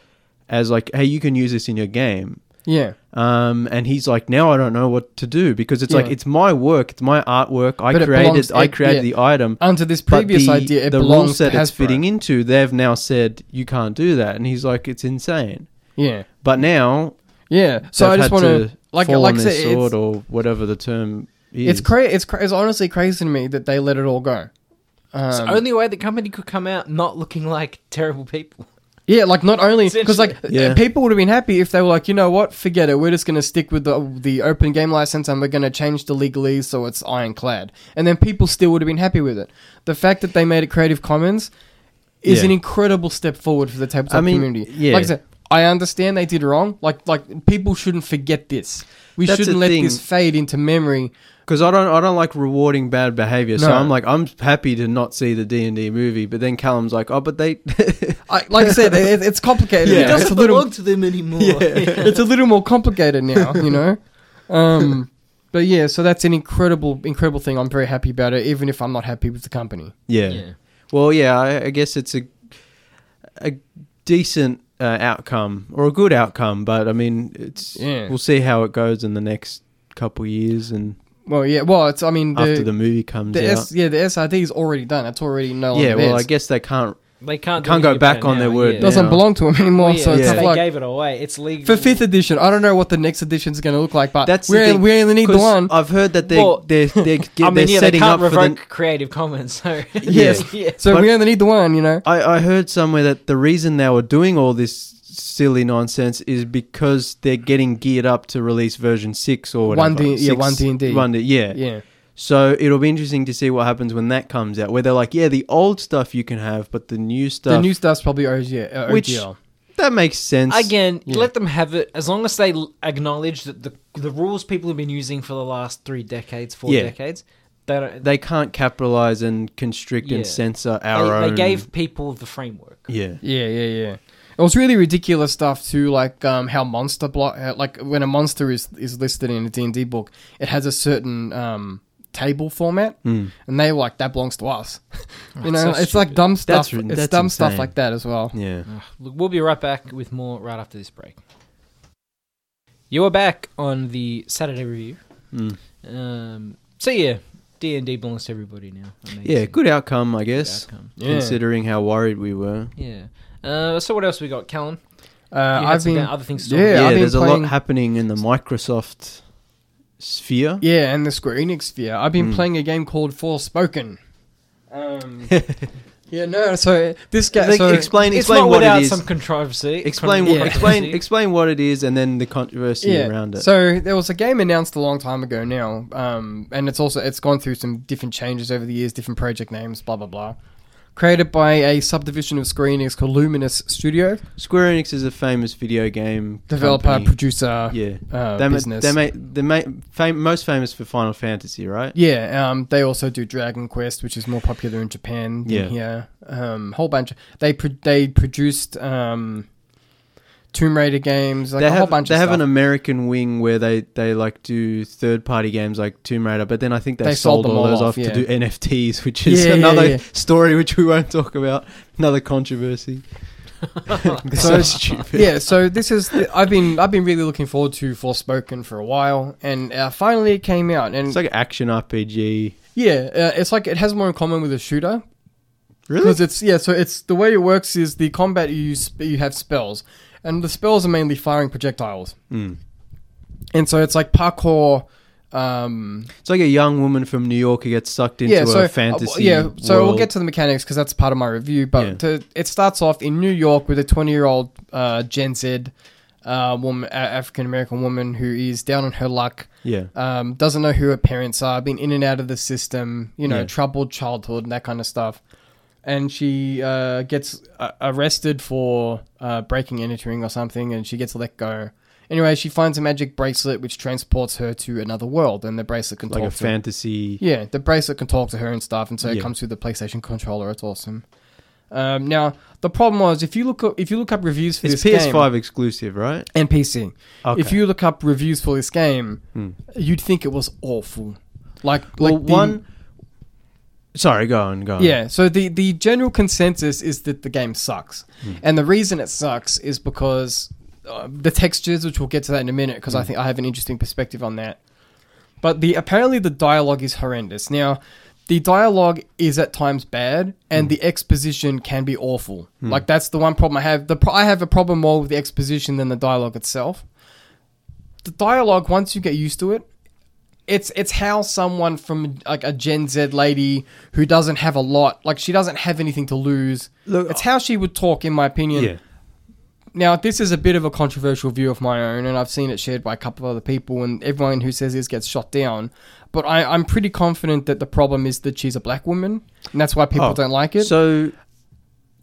Speaker 2: as like, hey, you can use this in your game.
Speaker 3: yeah
Speaker 2: Um, and he's like, now I don't know what to do because it's like
Speaker 3: Yeah.
Speaker 2: it's my work, it's my artwork. I
Speaker 3: But it
Speaker 2: created,
Speaker 3: belongs-
Speaker 2: I
Speaker 3: it-
Speaker 2: created
Speaker 3: yeah.
Speaker 2: the item.
Speaker 3: under this
Speaker 2: but
Speaker 3: previous
Speaker 2: the,
Speaker 3: idea it
Speaker 2: the
Speaker 3: belongs
Speaker 2: rules that
Speaker 3: to
Speaker 2: it's
Speaker 3: Hasbro.
Speaker 2: fitting into, they've now said you can't do that, and he's like, it's insane.
Speaker 3: yeah
Speaker 2: But now,
Speaker 3: yeah so
Speaker 2: they've
Speaker 3: I just
Speaker 2: had
Speaker 3: want to like
Speaker 2: fall
Speaker 3: like I
Speaker 2: on
Speaker 3: said
Speaker 2: their sword
Speaker 3: it's,
Speaker 2: or whatever the term is.
Speaker 3: it's cra- it's cra- it's honestly crazy to me that they let it all go um,
Speaker 1: It's the only way the company could come out not looking like terrible people.
Speaker 3: Yeah, like not only because like uh,
Speaker 2: Yeah.
Speaker 3: people would have been happy if they were like, you know what, forget it. We're just going to stick with the the open game license and we're going to change the legalese so it's ironclad. And then people still would have been happy with it. The fact that they made it Creative Commons is
Speaker 2: Yeah.
Speaker 3: an incredible step forward for the tabletop
Speaker 2: I mean,
Speaker 3: community.
Speaker 2: yeah.
Speaker 3: Like I said, I understand they did wrong. Like like people shouldn't forget this. We
Speaker 2: That's the
Speaker 3: shouldn't let
Speaker 2: thing.
Speaker 3: this fade into memory.
Speaker 2: Because I don't, I don't like rewarding bad behavior. So
Speaker 3: No.
Speaker 2: I'm like, I'm happy to not see the D and D movie. But then Callum's like, oh, but they,
Speaker 3: I, like I said, it, it's complicated.
Speaker 1: It
Speaker 2: Yeah.
Speaker 3: now.
Speaker 1: doesn't
Speaker 3: It's a
Speaker 1: belong
Speaker 3: little
Speaker 1: to them anymore.
Speaker 3: it's a little more complicated now, you know. Um, but yeah, so that's an incredible, incredible thing. I'm very happy about it, even if I'm not happy with the company.
Speaker 2: yeah.
Speaker 1: Yeah.
Speaker 2: Well, yeah, I, I guess it's a, a decent uh, outcome or a good outcome. But I mean, it's
Speaker 3: Yeah.
Speaker 2: we'll see how it goes in the next couple years and
Speaker 3: Well, yeah, well, it's I mean the,
Speaker 2: after the movie comes
Speaker 3: the
Speaker 2: out.
Speaker 3: S, yeah the SRD is already done. It's already no longer
Speaker 2: yeah. Well, I
Speaker 3: theirs.
Speaker 2: guess they can't.
Speaker 1: They can't do
Speaker 2: Can't go
Speaker 1: anything
Speaker 2: back
Speaker 1: about
Speaker 2: on
Speaker 1: it
Speaker 2: their
Speaker 1: now,
Speaker 2: word
Speaker 1: yeah.
Speaker 2: now.
Speaker 3: doesn't belong to them anymore.
Speaker 1: Well, yeah,
Speaker 3: so it's
Speaker 1: so
Speaker 2: yeah.
Speaker 1: they
Speaker 3: tough luck.
Speaker 1: gave it away. It's legal.
Speaker 3: For fifth edition, I don't know what the next edition is going to look like, but
Speaker 2: That's the
Speaker 3: we only-
Speaker 2: thing,
Speaker 3: we only need the
Speaker 2: 'cause
Speaker 3: one.
Speaker 2: I've heard that they are
Speaker 1: Well,
Speaker 2: they
Speaker 1: I
Speaker 2: they they're
Speaker 1: mean, yeah, they
Speaker 2: setting
Speaker 1: can't
Speaker 2: up for the
Speaker 1: revoke Creative Commons. So
Speaker 2: Yes.
Speaker 1: yeah.
Speaker 3: so
Speaker 2: but-
Speaker 3: we only need the one, you know.
Speaker 2: I, I heard somewhere that the reason they were doing all this silly nonsense is because they're getting geared up to release version six or whatever.
Speaker 3: One D- yeah,
Speaker 2: Six-
Speaker 3: one D&D.
Speaker 2: one D, yeah.
Speaker 3: Yeah,
Speaker 2: So it'll be interesting to see what happens when that comes out, where they're like, yeah, the old stuff you can have, but the new stuff
Speaker 3: the new stuff's probably OG, uh,
Speaker 2: Which-
Speaker 3: OGL.
Speaker 2: that makes sense.
Speaker 1: Again,
Speaker 3: Yeah.
Speaker 1: let them have it as long as they l- acknowledge that the the rules people have been using for the last three decades, four
Speaker 2: Yeah.
Speaker 1: decades, they don't.
Speaker 2: they can't capitalize and constrict
Speaker 1: Yeah.
Speaker 2: and censor
Speaker 1: They,
Speaker 2: our
Speaker 1: they
Speaker 2: own.
Speaker 1: gave people the framework.
Speaker 2: yeah.
Speaker 3: Yeah, yeah, yeah. It was really ridiculous stuff too, like um, how monster block, how, like when a monster is is listed in d and D book, it has a certain um, table format,
Speaker 2: Mm.
Speaker 3: and they were like that belongs to us. you
Speaker 1: Oh, That's so
Speaker 3: know, it's like
Speaker 1: stupid.
Speaker 3: dumb stuff.
Speaker 2: ri-
Speaker 3: it's
Speaker 2: that's
Speaker 3: dumb
Speaker 2: insane.
Speaker 3: stuff like that as well.
Speaker 2: Yeah.
Speaker 1: Ugh, look, we'll be right back with more right after this break. You are back on the Saturday review.
Speaker 2: Mm.
Speaker 1: Um, so yeah, D and D belongs to everybody now. Amazing.
Speaker 2: Yeah. Good outcome, I
Speaker 1: Good
Speaker 2: guess,
Speaker 1: outcome.
Speaker 3: Yeah.
Speaker 2: considering how worried we were.
Speaker 1: Yeah. Uh, so what else we got, Callum?
Speaker 3: Uh,
Speaker 1: You had
Speaker 3: I've
Speaker 1: some
Speaker 3: been
Speaker 1: other things. To
Speaker 3: yeah,
Speaker 1: talk
Speaker 2: yeah,
Speaker 3: I've been
Speaker 2: there's a
Speaker 3: playing-
Speaker 2: lot happening in the Microsoft sphere.
Speaker 3: yeah, and the Square Enix sphere. I've been
Speaker 2: Mm.
Speaker 3: playing a game called Forspoken. Um, yeah, no. So this game,
Speaker 2: Like,
Speaker 3: so,
Speaker 2: explain,
Speaker 1: about. It's
Speaker 2: explain
Speaker 1: not
Speaker 2: what
Speaker 1: without
Speaker 2: it is.
Speaker 1: some controversy.
Speaker 2: explain,
Speaker 1: Contro-
Speaker 3: Yeah.
Speaker 2: explain,
Speaker 1: controversy.
Speaker 2: explain what it is, and then the controversy around it.
Speaker 3: So there was a game announced a long time ago now, um, and it's also it's gone through some different changes over the years, different project names, blah blah blah. Created by a subdivision of Square Enix called Luminous Studio,
Speaker 2: Square Enix is a famous video game
Speaker 3: developer,
Speaker 2: company.
Speaker 3: producer,
Speaker 2: yeah,
Speaker 3: uh,
Speaker 2: they, ma-
Speaker 3: business.
Speaker 2: they make they make fam- most famous for Final Fantasy, right?
Speaker 3: yeah, um, they also do Dragon Quest, which is more popular in Japan than
Speaker 2: Yeah.
Speaker 3: here. Um, whole bunch. they pro- they produced um, Tomb Raider games, like
Speaker 2: they
Speaker 3: a
Speaker 2: have
Speaker 3: whole bunch
Speaker 2: they
Speaker 3: of
Speaker 2: have
Speaker 3: stuff.
Speaker 2: an American wing where they, they like do third party games like Tomb Raider, but then I think they,
Speaker 3: They
Speaker 2: sold,
Speaker 3: sold them
Speaker 2: all
Speaker 3: all
Speaker 2: those
Speaker 3: off,
Speaker 2: off
Speaker 3: yeah.
Speaker 2: to do NFTs, which is
Speaker 3: Yeah, yeah,
Speaker 2: another
Speaker 3: yeah.
Speaker 2: story which we won't talk about. Another controversy. so
Speaker 3: So-
Speaker 2: stupid.
Speaker 3: yeah, so this is I've been I've been really looking forward to Forspoken for a while, and uh, finally it came out. And
Speaker 2: It's like an action RPG.
Speaker 3: yeah, uh, it's like it has more in common with a shooter because it's yeah. So it's the way it works is the combat you use, sp- you have spells, and the spells are mainly firing projectiles,
Speaker 2: Mm.
Speaker 3: and so it's like parkour. Um,
Speaker 2: It's like a young woman from New York who gets sucked into
Speaker 3: yeah, so uh,
Speaker 2: a fantasy.
Speaker 3: yeah, so
Speaker 2: world.
Speaker 3: we'll get to the mechanics because that's part of my review. But
Speaker 2: Yeah.
Speaker 3: to, it starts off in New York with a 20 year old uh, Gen Z uh, woman, uh, African American woman who is down on her luck.
Speaker 2: yeah,
Speaker 3: um, doesn't know who her parents are, been in and out of the system, you know,
Speaker 2: Yeah.
Speaker 3: troubled childhood and that kind of stuff. and she uh, gets uh, arrested for uh, breaking and entering or something, and she gets let go. Anyway, she finds a magic bracelet which transports her to another world, and the bracelet can
Speaker 2: like
Speaker 3: talk
Speaker 2: a
Speaker 3: to her.
Speaker 2: fantasy.
Speaker 3: Yeah, the bracelet can talk to her and stuff, and so it
Speaker 2: Yeah.
Speaker 3: comes through the PlayStation controller. It's awesome. Um, now the problem was if you look up, if you look up reviews for
Speaker 2: It's
Speaker 3: this game-
Speaker 2: PS5 exclusive, right?
Speaker 3: and PC.
Speaker 2: Okay.
Speaker 3: If you look up reviews for this game,
Speaker 2: Hmm.
Speaker 3: you'd think it was awful. Like,
Speaker 2: well,
Speaker 3: like the-
Speaker 2: one. Sorry, go on, go on.
Speaker 3: Yeah. So the the general consensus is that the game sucks, and the reason it sucks is because uh, the textures, which we'll get to that in a minute, because I think I have an interesting perspective on that. But the apparently the dialogue is horrendous. Now, the dialogue is at times bad, and the exposition can be awful. Like that's the one problem I have. The pro- I have a problem more with the exposition than the dialogue itself. The dialogue, once you get used to it, it's it's how someone from like a Gen Z lady who doesn't have a lot, like she doesn't have anything to lose.
Speaker 2: Look,
Speaker 3: it's how she would talk, in my opinion.
Speaker 2: Yeah.
Speaker 3: Now, this is a bit of a controversial view of my own, and I've seen it shared by a couple of other people, and everyone who says this gets shot down. But I, I'm pretty confident that the problem is that she's a black woman, and that's why people
Speaker 2: Oh,
Speaker 3: don't like it.
Speaker 2: So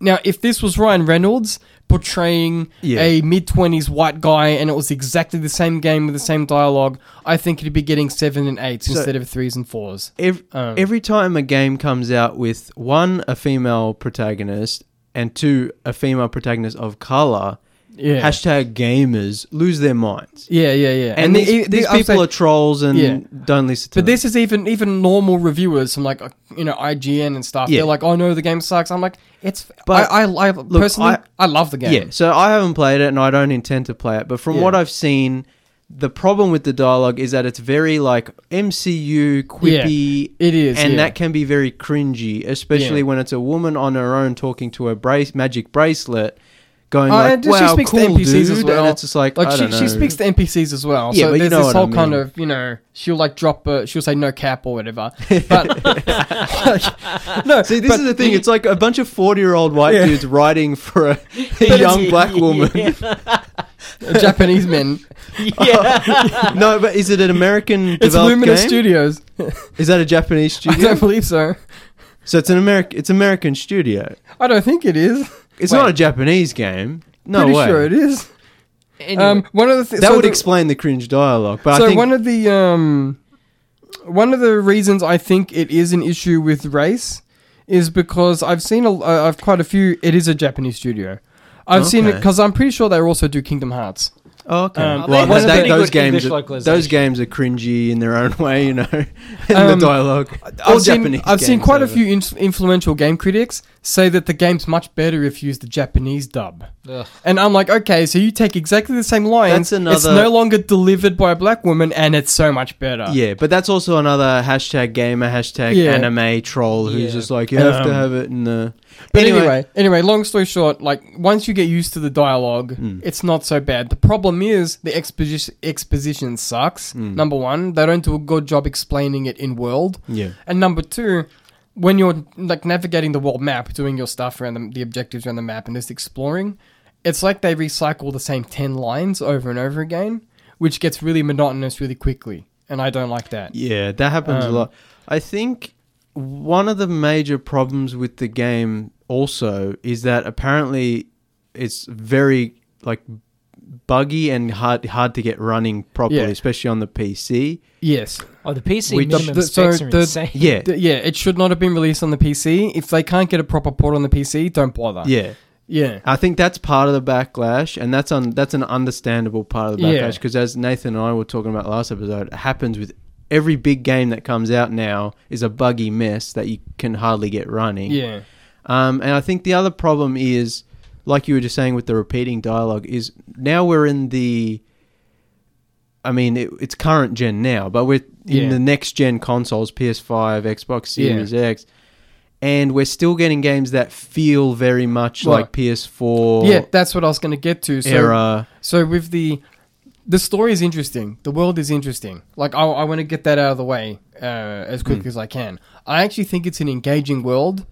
Speaker 3: now, if this was Ryan Reynolds portraying
Speaker 2: Yeah.
Speaker 3: a mid 20s white guy and it was exactly the same game with the same dialogue, I think he'd be getting seven and eights
Speaker 2: So-
Speaker 3: instead of threes and fours.
Speaker 2: every,
Speaker 3: Um,
Speaker 2: every time a game comes out with one a female protagonist and two a female protagonist of color,
Speaker 3: Yeah.
Speaker 2: hashtag gamers lose their minds.
Speaker 3: yeah, yeah, yeah.
Speaker 2: And,
Speaker 3: the-
Speaker 2: these,
Speaker 3: the-
Speaker 2: these
Speaker 3: I'm
Speaker 2: people
Speaker 3: saying-
Speaker 2: are trolls and
Speaker 3: Yeah.
Speaker 2: don't listen to
Speaker 3: But this is even even normal reviewers from like uh, you know IGN and stuff.
Speaker 2: Yeah.
Speaker 3: They're like, "Oh no, the game sucks." I'm like, "It's."
Speaker 2: But-
Speaker 3: But I, I, I personally,
Speaker 2: I-
Speaker 3: I, love the game.
Speaker 2: Yeah, so I haven't played it and I don't intend to play it. But from
Speaker 3: Yeah.
Speaker 2: what I've seen, the problem with the dialogue is that it's very like MCU quippy.
Speaker 3: it is,
Speaker 2: and
Speaker 3: yeah.
Speaker 2: that can be very cringy, especially
Speaker 3: Yeah.
Speaker 2: when it's a woman on her own talking to a brace magic bracelet, going
Speaker 3: Uh,
Speaker 2: like,
Speaker 3: and she
Speaker 2: "Wow,
Speaker 3: speaks
Speaker 2: cool
Speaker 3: to NPCs
Speaker 2: dude,"
Speaker 3: as well.
Speaker 2: and it's just like,
Speaker 3: Like
Speaker 2: I
Speaker 3: she,
Speaker 2: don't know.
Speaker 3: she speaks to NPCs as well.
Speaker 2: Yeah,
Speaker 3: so
Speaker 2: but you
Speaker 3: there's
Speaker 2: know
Speaker 3: this
Speaker 2: what I
Speaker 3: whole kind
Speaker 2: mean.
Speaker 3: of you know she'll like drop a she'll say no cap or whatever. But like, no,
Speaker 2: See, this
Speaker 3: but-
Speaker 2: is the thing. It's like a bunch of forty-year-old white
Speaker 3: Yeah.
Speaker 2: dudes writing for a, a young black woman.
Speaker 1: Yeah.
Speaker 3: Japanese men.
Speaker 2: no, but is it an American
Speaker 3: It's
Speaker 2: developed
Speaker 3: Lumina
Speaker 2: game?
Speaker 3: Studios.
Speaker 2: Is that a Japanese
Speaker 3: I
Speaker 2: studio?
Speaker 3: don't believe so.
Speaker 2: So it's an American. It's American studio.
Speaker 3: I don't think it is.
Speaker 2: It's
Speaker 3: Wait.
Speaker 2: not a Japanese game. No
Speaker 3: Pretty
Speaker 2: way.
Speaker 3: sure it is.
Speaker 1: Anyway,
Speaker 3: Um, one of the thi-
Speaker 2: That
Speaker 3: so
Speaker 2: would
Speaker 3: the-
Speaker 2: explain the cringe dialogue. But
Speaker 3: so
Speaker 2: I think
Speaker 3: one of the um, one of the reasons I think it is an issue with race is because I've seen a, uh, I've quite a few. It is a Japanese studio. I've seen it
Speaker 2: Okay.
Speaker 3: because I'm pretty sure they also do Kingdom Hearts.
Speaker 2: oh, okay.
Speaker 3: um,
Speaker 2: well,
Speaker 3: They have
Speaker 2: they-
Speaker 1: pretty
Speaker 2: those
Speaker 1: good English
Speaker 2: games, are,
Speaker 1: localization.
Speaker 2: those games are cringy in their own way, you know, in the
Speaker 3: Um,
Speaker 2: dialogue. All
Speaker 3: I've seen,
Speaker 2: Japanese
Speaker 3: I've seen
Speaker 2: games
Speaker 3: quite a
Speaker 2: have it.
Speaker 3: few in- influential game critics say that the game's much better if you use the Japanese dub.
Speaker 1: ugh.
Speaker 3: And I'm like, okay, so you take exactly the same lines.
Speaker 2: That's
Speaker 3: It's
Speaker 2: another-
Speaker 3: no longer delivered by a black woman, and it's so much better.
Speaker 2: Yeah, but that's also another hashtag gamer, hashtag
Speaker 3: Yeah.
Speaker 2: anime troll who's
Speaker 1: Yeah.
Speaker 2: just like, you have to
Speaker 3: Um,
Speaker 2: have it in the.
Speaker 3: But anyway, anyway, long story short, like once you get used to the dialogue,
Speaker 2: Mm.
Speaker 3: it's not so bad. The problem is the exposition exposition sucks.
Speaker 2: Mm.
Speaker 3: Number one, they don't do a good job explaining it in world,
Speaker 2: Yeah.
Speaker 3: and number two, when you're like navigating the world map, doing your stuff around the, the objectives around the map, and just exploring, it's like they recycle the same ten lines over and over again, which gets really monotonous really quickly, and I don't like that.
Speaker 2: Yeah, that happens
Speaker 3: Um,
Speaker 2: a lot. I think one of the major problems with the game also is that apparently it's very like buggy and hard hard to get running properly,
Speaker 3: Yeah.
Speaker 2: especially on the PC.
Speaker 3: Yes,
Speaker 1: oh, the PC
Speaker 2: We-
Speaker 1: minimum
Speaker 3: the- so
Speaker 1: specs are
Speaker 3: the-
Speaker 1: insane.
Speaker 2: Yeah.
Speaker 3: Th- yeah, it should not have been released on the PC. If they can't get a proper port on the PC, don't bother.
Speaker 2: Yeah.
Speaker 3: Yeah.
Speaker 2: I think that's part of the backlash and that's un- that's an understandable part of the
Speaker 3: Yeah.
Speaker 2: backlash because as Nathan and I were talking about last episode, it happens with every big game that comes out now is a buggy mess that you can hardly get running.
Speaker 3: Yeah.
Speaker 2: Um, and I think the other problem is, like you were just saying with the repeating dialogue, is now we're in the. I mean, it, it's current gen now, but we're in
Speaker 3: Yeah.
Speaker 2: the next gen consoles, PS5, Xbox Series X, and we're still getting games that feel very much
Speaker 3: Well,
Speaker 2: like PS4
Speaker 3: Yeah, that's what I was going to get to. So,
Speaker 2: era.
Speaker 3: so with the the story is interesting. The world is interesting. Like I, I want to get that out of the way uh, as quick as I can. I actually think it's an engaging world,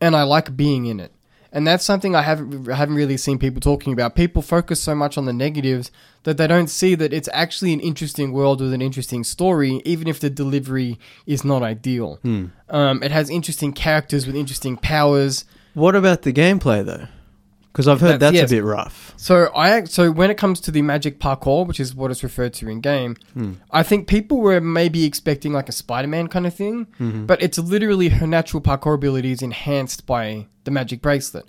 Speaker 3: and I like being in it. And that's something I haven't I haven't really seen people talking about. People focus so much on the negatives that they don't see that it's actually an interesting world with an interesting story, even if the delivery is not ideal. Um, it has interesting characters with interesting powers.
Speaker 2: What about the gameplay though? Because I've heard that's,
Speaker 3: That's- yes.
Speaker 2: a bit rough.
Speaker 3: So I ac- so when it comes to the magic parkour, which is what it's referred to in game, I think people were maybe expecting like a Spider-Man kind of thing, but it's literally her natural parkour ability is enhanced by the magic bracelet.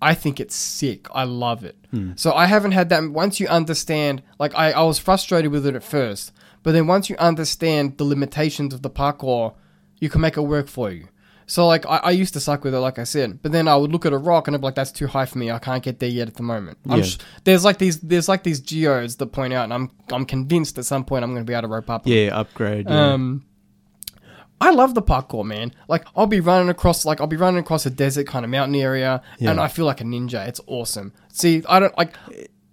Speaker 3: I think it's sick. I love it. So I haven't had that. Once you understand, like I, I was frustrated with it at first, but then once you understand the limitations of the parkour, you can make it work for you. So like I, I used to suck with it, like I said, but then I would look at a rock and I'd be like, "That's too high for me. I can't get there yet at the moment." I'm
Speaker 2: Yeah.
Speaker 3: sh- there's like these there's like these geos that point out, and I'm I'm convinced at some point I'm going to be able to rope up.
Speaker 2: Yeah, upgrade. Yeah.
Speaker 3: Um, I love the parkour, man. Like I'll be running across, like I'll be running across a desert kind of mountain area,
Speaker 2: Yeah.
Speaker 3: and I feel like a ninja. It's awesome. See, I don't like.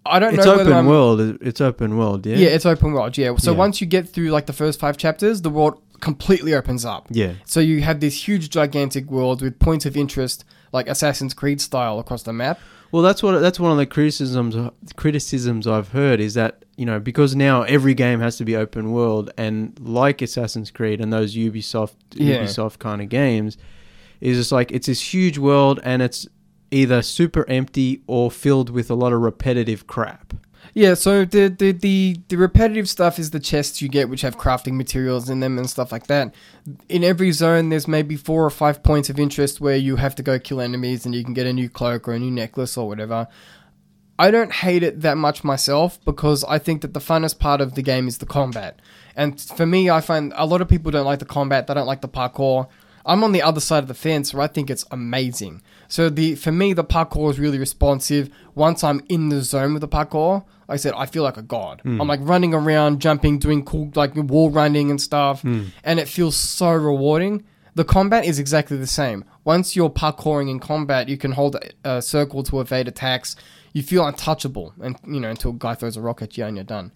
Speaker 3: I don't
Speaker 2: it's
Speaker 3: know whether
Speaker 2: open
Speaker 3: I'm.
Speaker 2: world. it- It's open world. Yeah.
Speaker 3: Yeah, it's open world. Yeah. So
Speaker 2: Yeah.
Speaker 3: once you get through like the first five chapters, the world completely opens up.
Speaker 2: Yeah.
Speaker 3: So you have this huge, gigantic world with points of interest, like Assassin's Creed style, across the map.
Speaker 2: Well, that's what that's one of the criticisms criticisms I've heard is that you know because now every game has to be open world and like Assassin's Creed and those Ubisoft
Speaker 3: Yeah.
Speaker 2: Ubisoft kind of games is just like it's this huge world and it's either super empty or filled with a lot of repetitive crap.
Speaker 3: Yeah, so the, the the the repetitive stuff is the chests you get, which have crafting materials in them and stuff like that. In every zone, there's maybe four or five points of interest where you have to go kill enemies, and you can get a new cloak or a new necklace or whatever. I don't hate it that much myself because I think that the funnest part of the game is the combat. And for me, I find a lot of people don't like the combat, they don't like the parkour. I'm on the other side of the fence where I think it's amazing. So the for me the parkour is really responsive. Once I'm in the zone with the parkour, like I said I feel like a god. I'm like running around, jumping, doing cool like wall running and stuff, and it feels so rewarding. The combat is exactly the same. Once you're parkouring in combat, you can hold a, a circle to evade attacks. You feel untouchable, and you know until a guy throws a rock at you and you're done.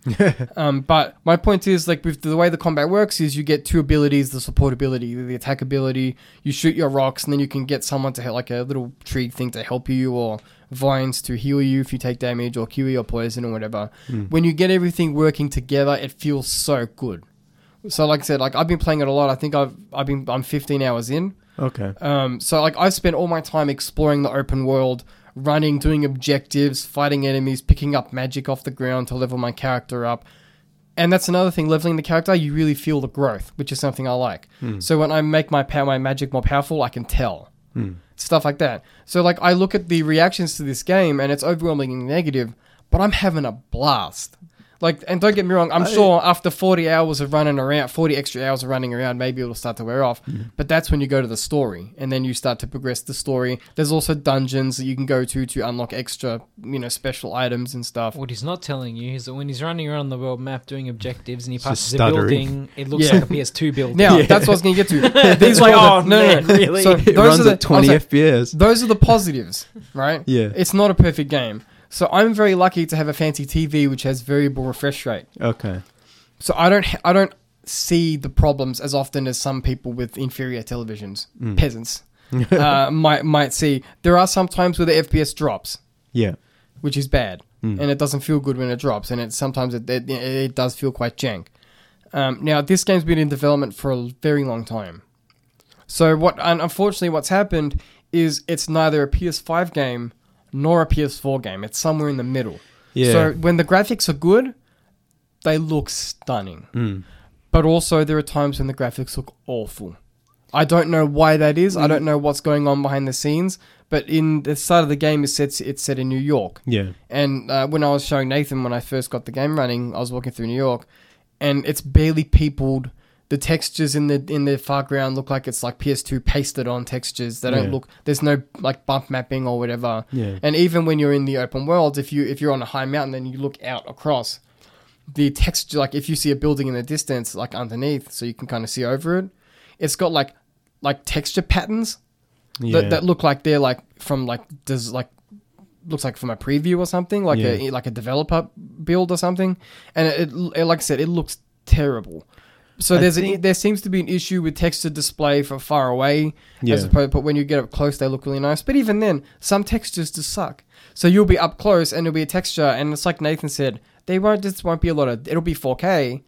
Speaker 3: um, but my point is, like with the way the combat works, is you get two abilities: the support ability, the attack ability. You shoot your rocks, and then you can get someone to help, like a little tree thing to help you, or vines to heal you if you take damage, or QE or poison or whatever. When you get everything working together, it feels so good. So like I said, like I've been playing it a lot. I think I've I've been I'm 15 hours in.
Speaker 2: Okay.
Speaker 3: Um, so like I spent all my time exploring the open world, running, doing objectives, fighting enemies, picking up magic off the ground to level my character up. And that's another thing, leveling the character, you really feel the growth, which is something I like. So when I make my power, my magic more powerful, I can tell. Stuff like that. So like I look at the reactions to this game and it's overwhelmingly negative, but I'm having a blast. Like and don't get me wrong, I'm sure after 40 hours of running around, 40 extra hours of running around, maybe it'll start to wear off, but that's when you go to the story and then you start to progress the story. There's also dungeons that you can go to to unlock extra, you know, special items and stuff.
Speaker 1: What he's not telling you is that when he's running around the world map doing objectives and he
Speaker 2: just
Speaker 1: passes a
Speaker 2: stuttering.
Speaker 1: building, it looks
Speaker 3: Yeah.
Speaker 1: like a PS2 building.
Speaker 3: Now, that's what I was going to get to. These
Speaker 1: Like,
Speaker 3: were
Speaker 1: oh, man, really?
Speaker 3: So
Speaker 2: It
Speaker 3: those
Speaker 2: runs
Speaker 3: are the,
Speaker 2: at 20
Speaker 3: I was like,
Speaker 2: FPS.
Speaker 3: those are the positives, right?
Speaker 2: Yeah.
Speaker 3: It's not a perfect game. So I'm very lucky to have a fancy TV which has variable refresh rate.
Speaker 2: Okay.
Speaker 3: So I don't I don't see the problems as often as some people with inferior televisions, peasants, uh, might might see. There are some times where the FPS drops,
Speaker 2: Yeah.
Speaker 3: which is bad, and it doesn't feel good when it drops, and it sometimes it it, it does feel quite jank. Um, now this game's been in development for a very long time, so what and unfortunately what's happened is it's neither a PS5 game nor a PS4 game. It's somewhere in the middle.
Speaker 2: Yeah.
Speaker 3: So when the graphics are good, they look stunning,
Speaker 2: Mm.
Speaker 3: but also there are times when the graphics look awful. I don't know why that is. I don't know what's going on behind the scenes. But in the start of the game, is set it's set in New York.
Speaker 2: Yeah.
Speaker 3: And uh, when I was showing Nathan when I first got the game running, I was walking through New York, and it's barely peopled. The textures in the in the far ground look like it's like PS2 pasted on textures. They don't
Speaker 2: Yeah.
Speaker 3: look. There's no like bump mapping or whatever.
Speaker 2: Yeah.
Speaker 3: And even when you're in the open world, if you if you're on a high mountain and you look out across, the texture like if you see a building in the distance, like underneath, so you can kind of see over it, it's got like like texture patterns
Speaker 2: Yeah.
Speaker 3: that, that look like they're like from like does like looks like from a preview or something like a like a developer build or something and it, it, like i said it looks terrible So
Speaker 2: I
Speaker 3: there's an,
Speaker 2: think-
Speaker 3: there seems to be an issue with texture display for far away,
Speaker 2: Yeah.
Speaker 3: as opposed, but when you get up close, they look really nice. But even then, some textures just suck. So you'll be up close, and it'll be a texture, and it's like Nathan said, they won't just won't be a lot of. It'll be 4K,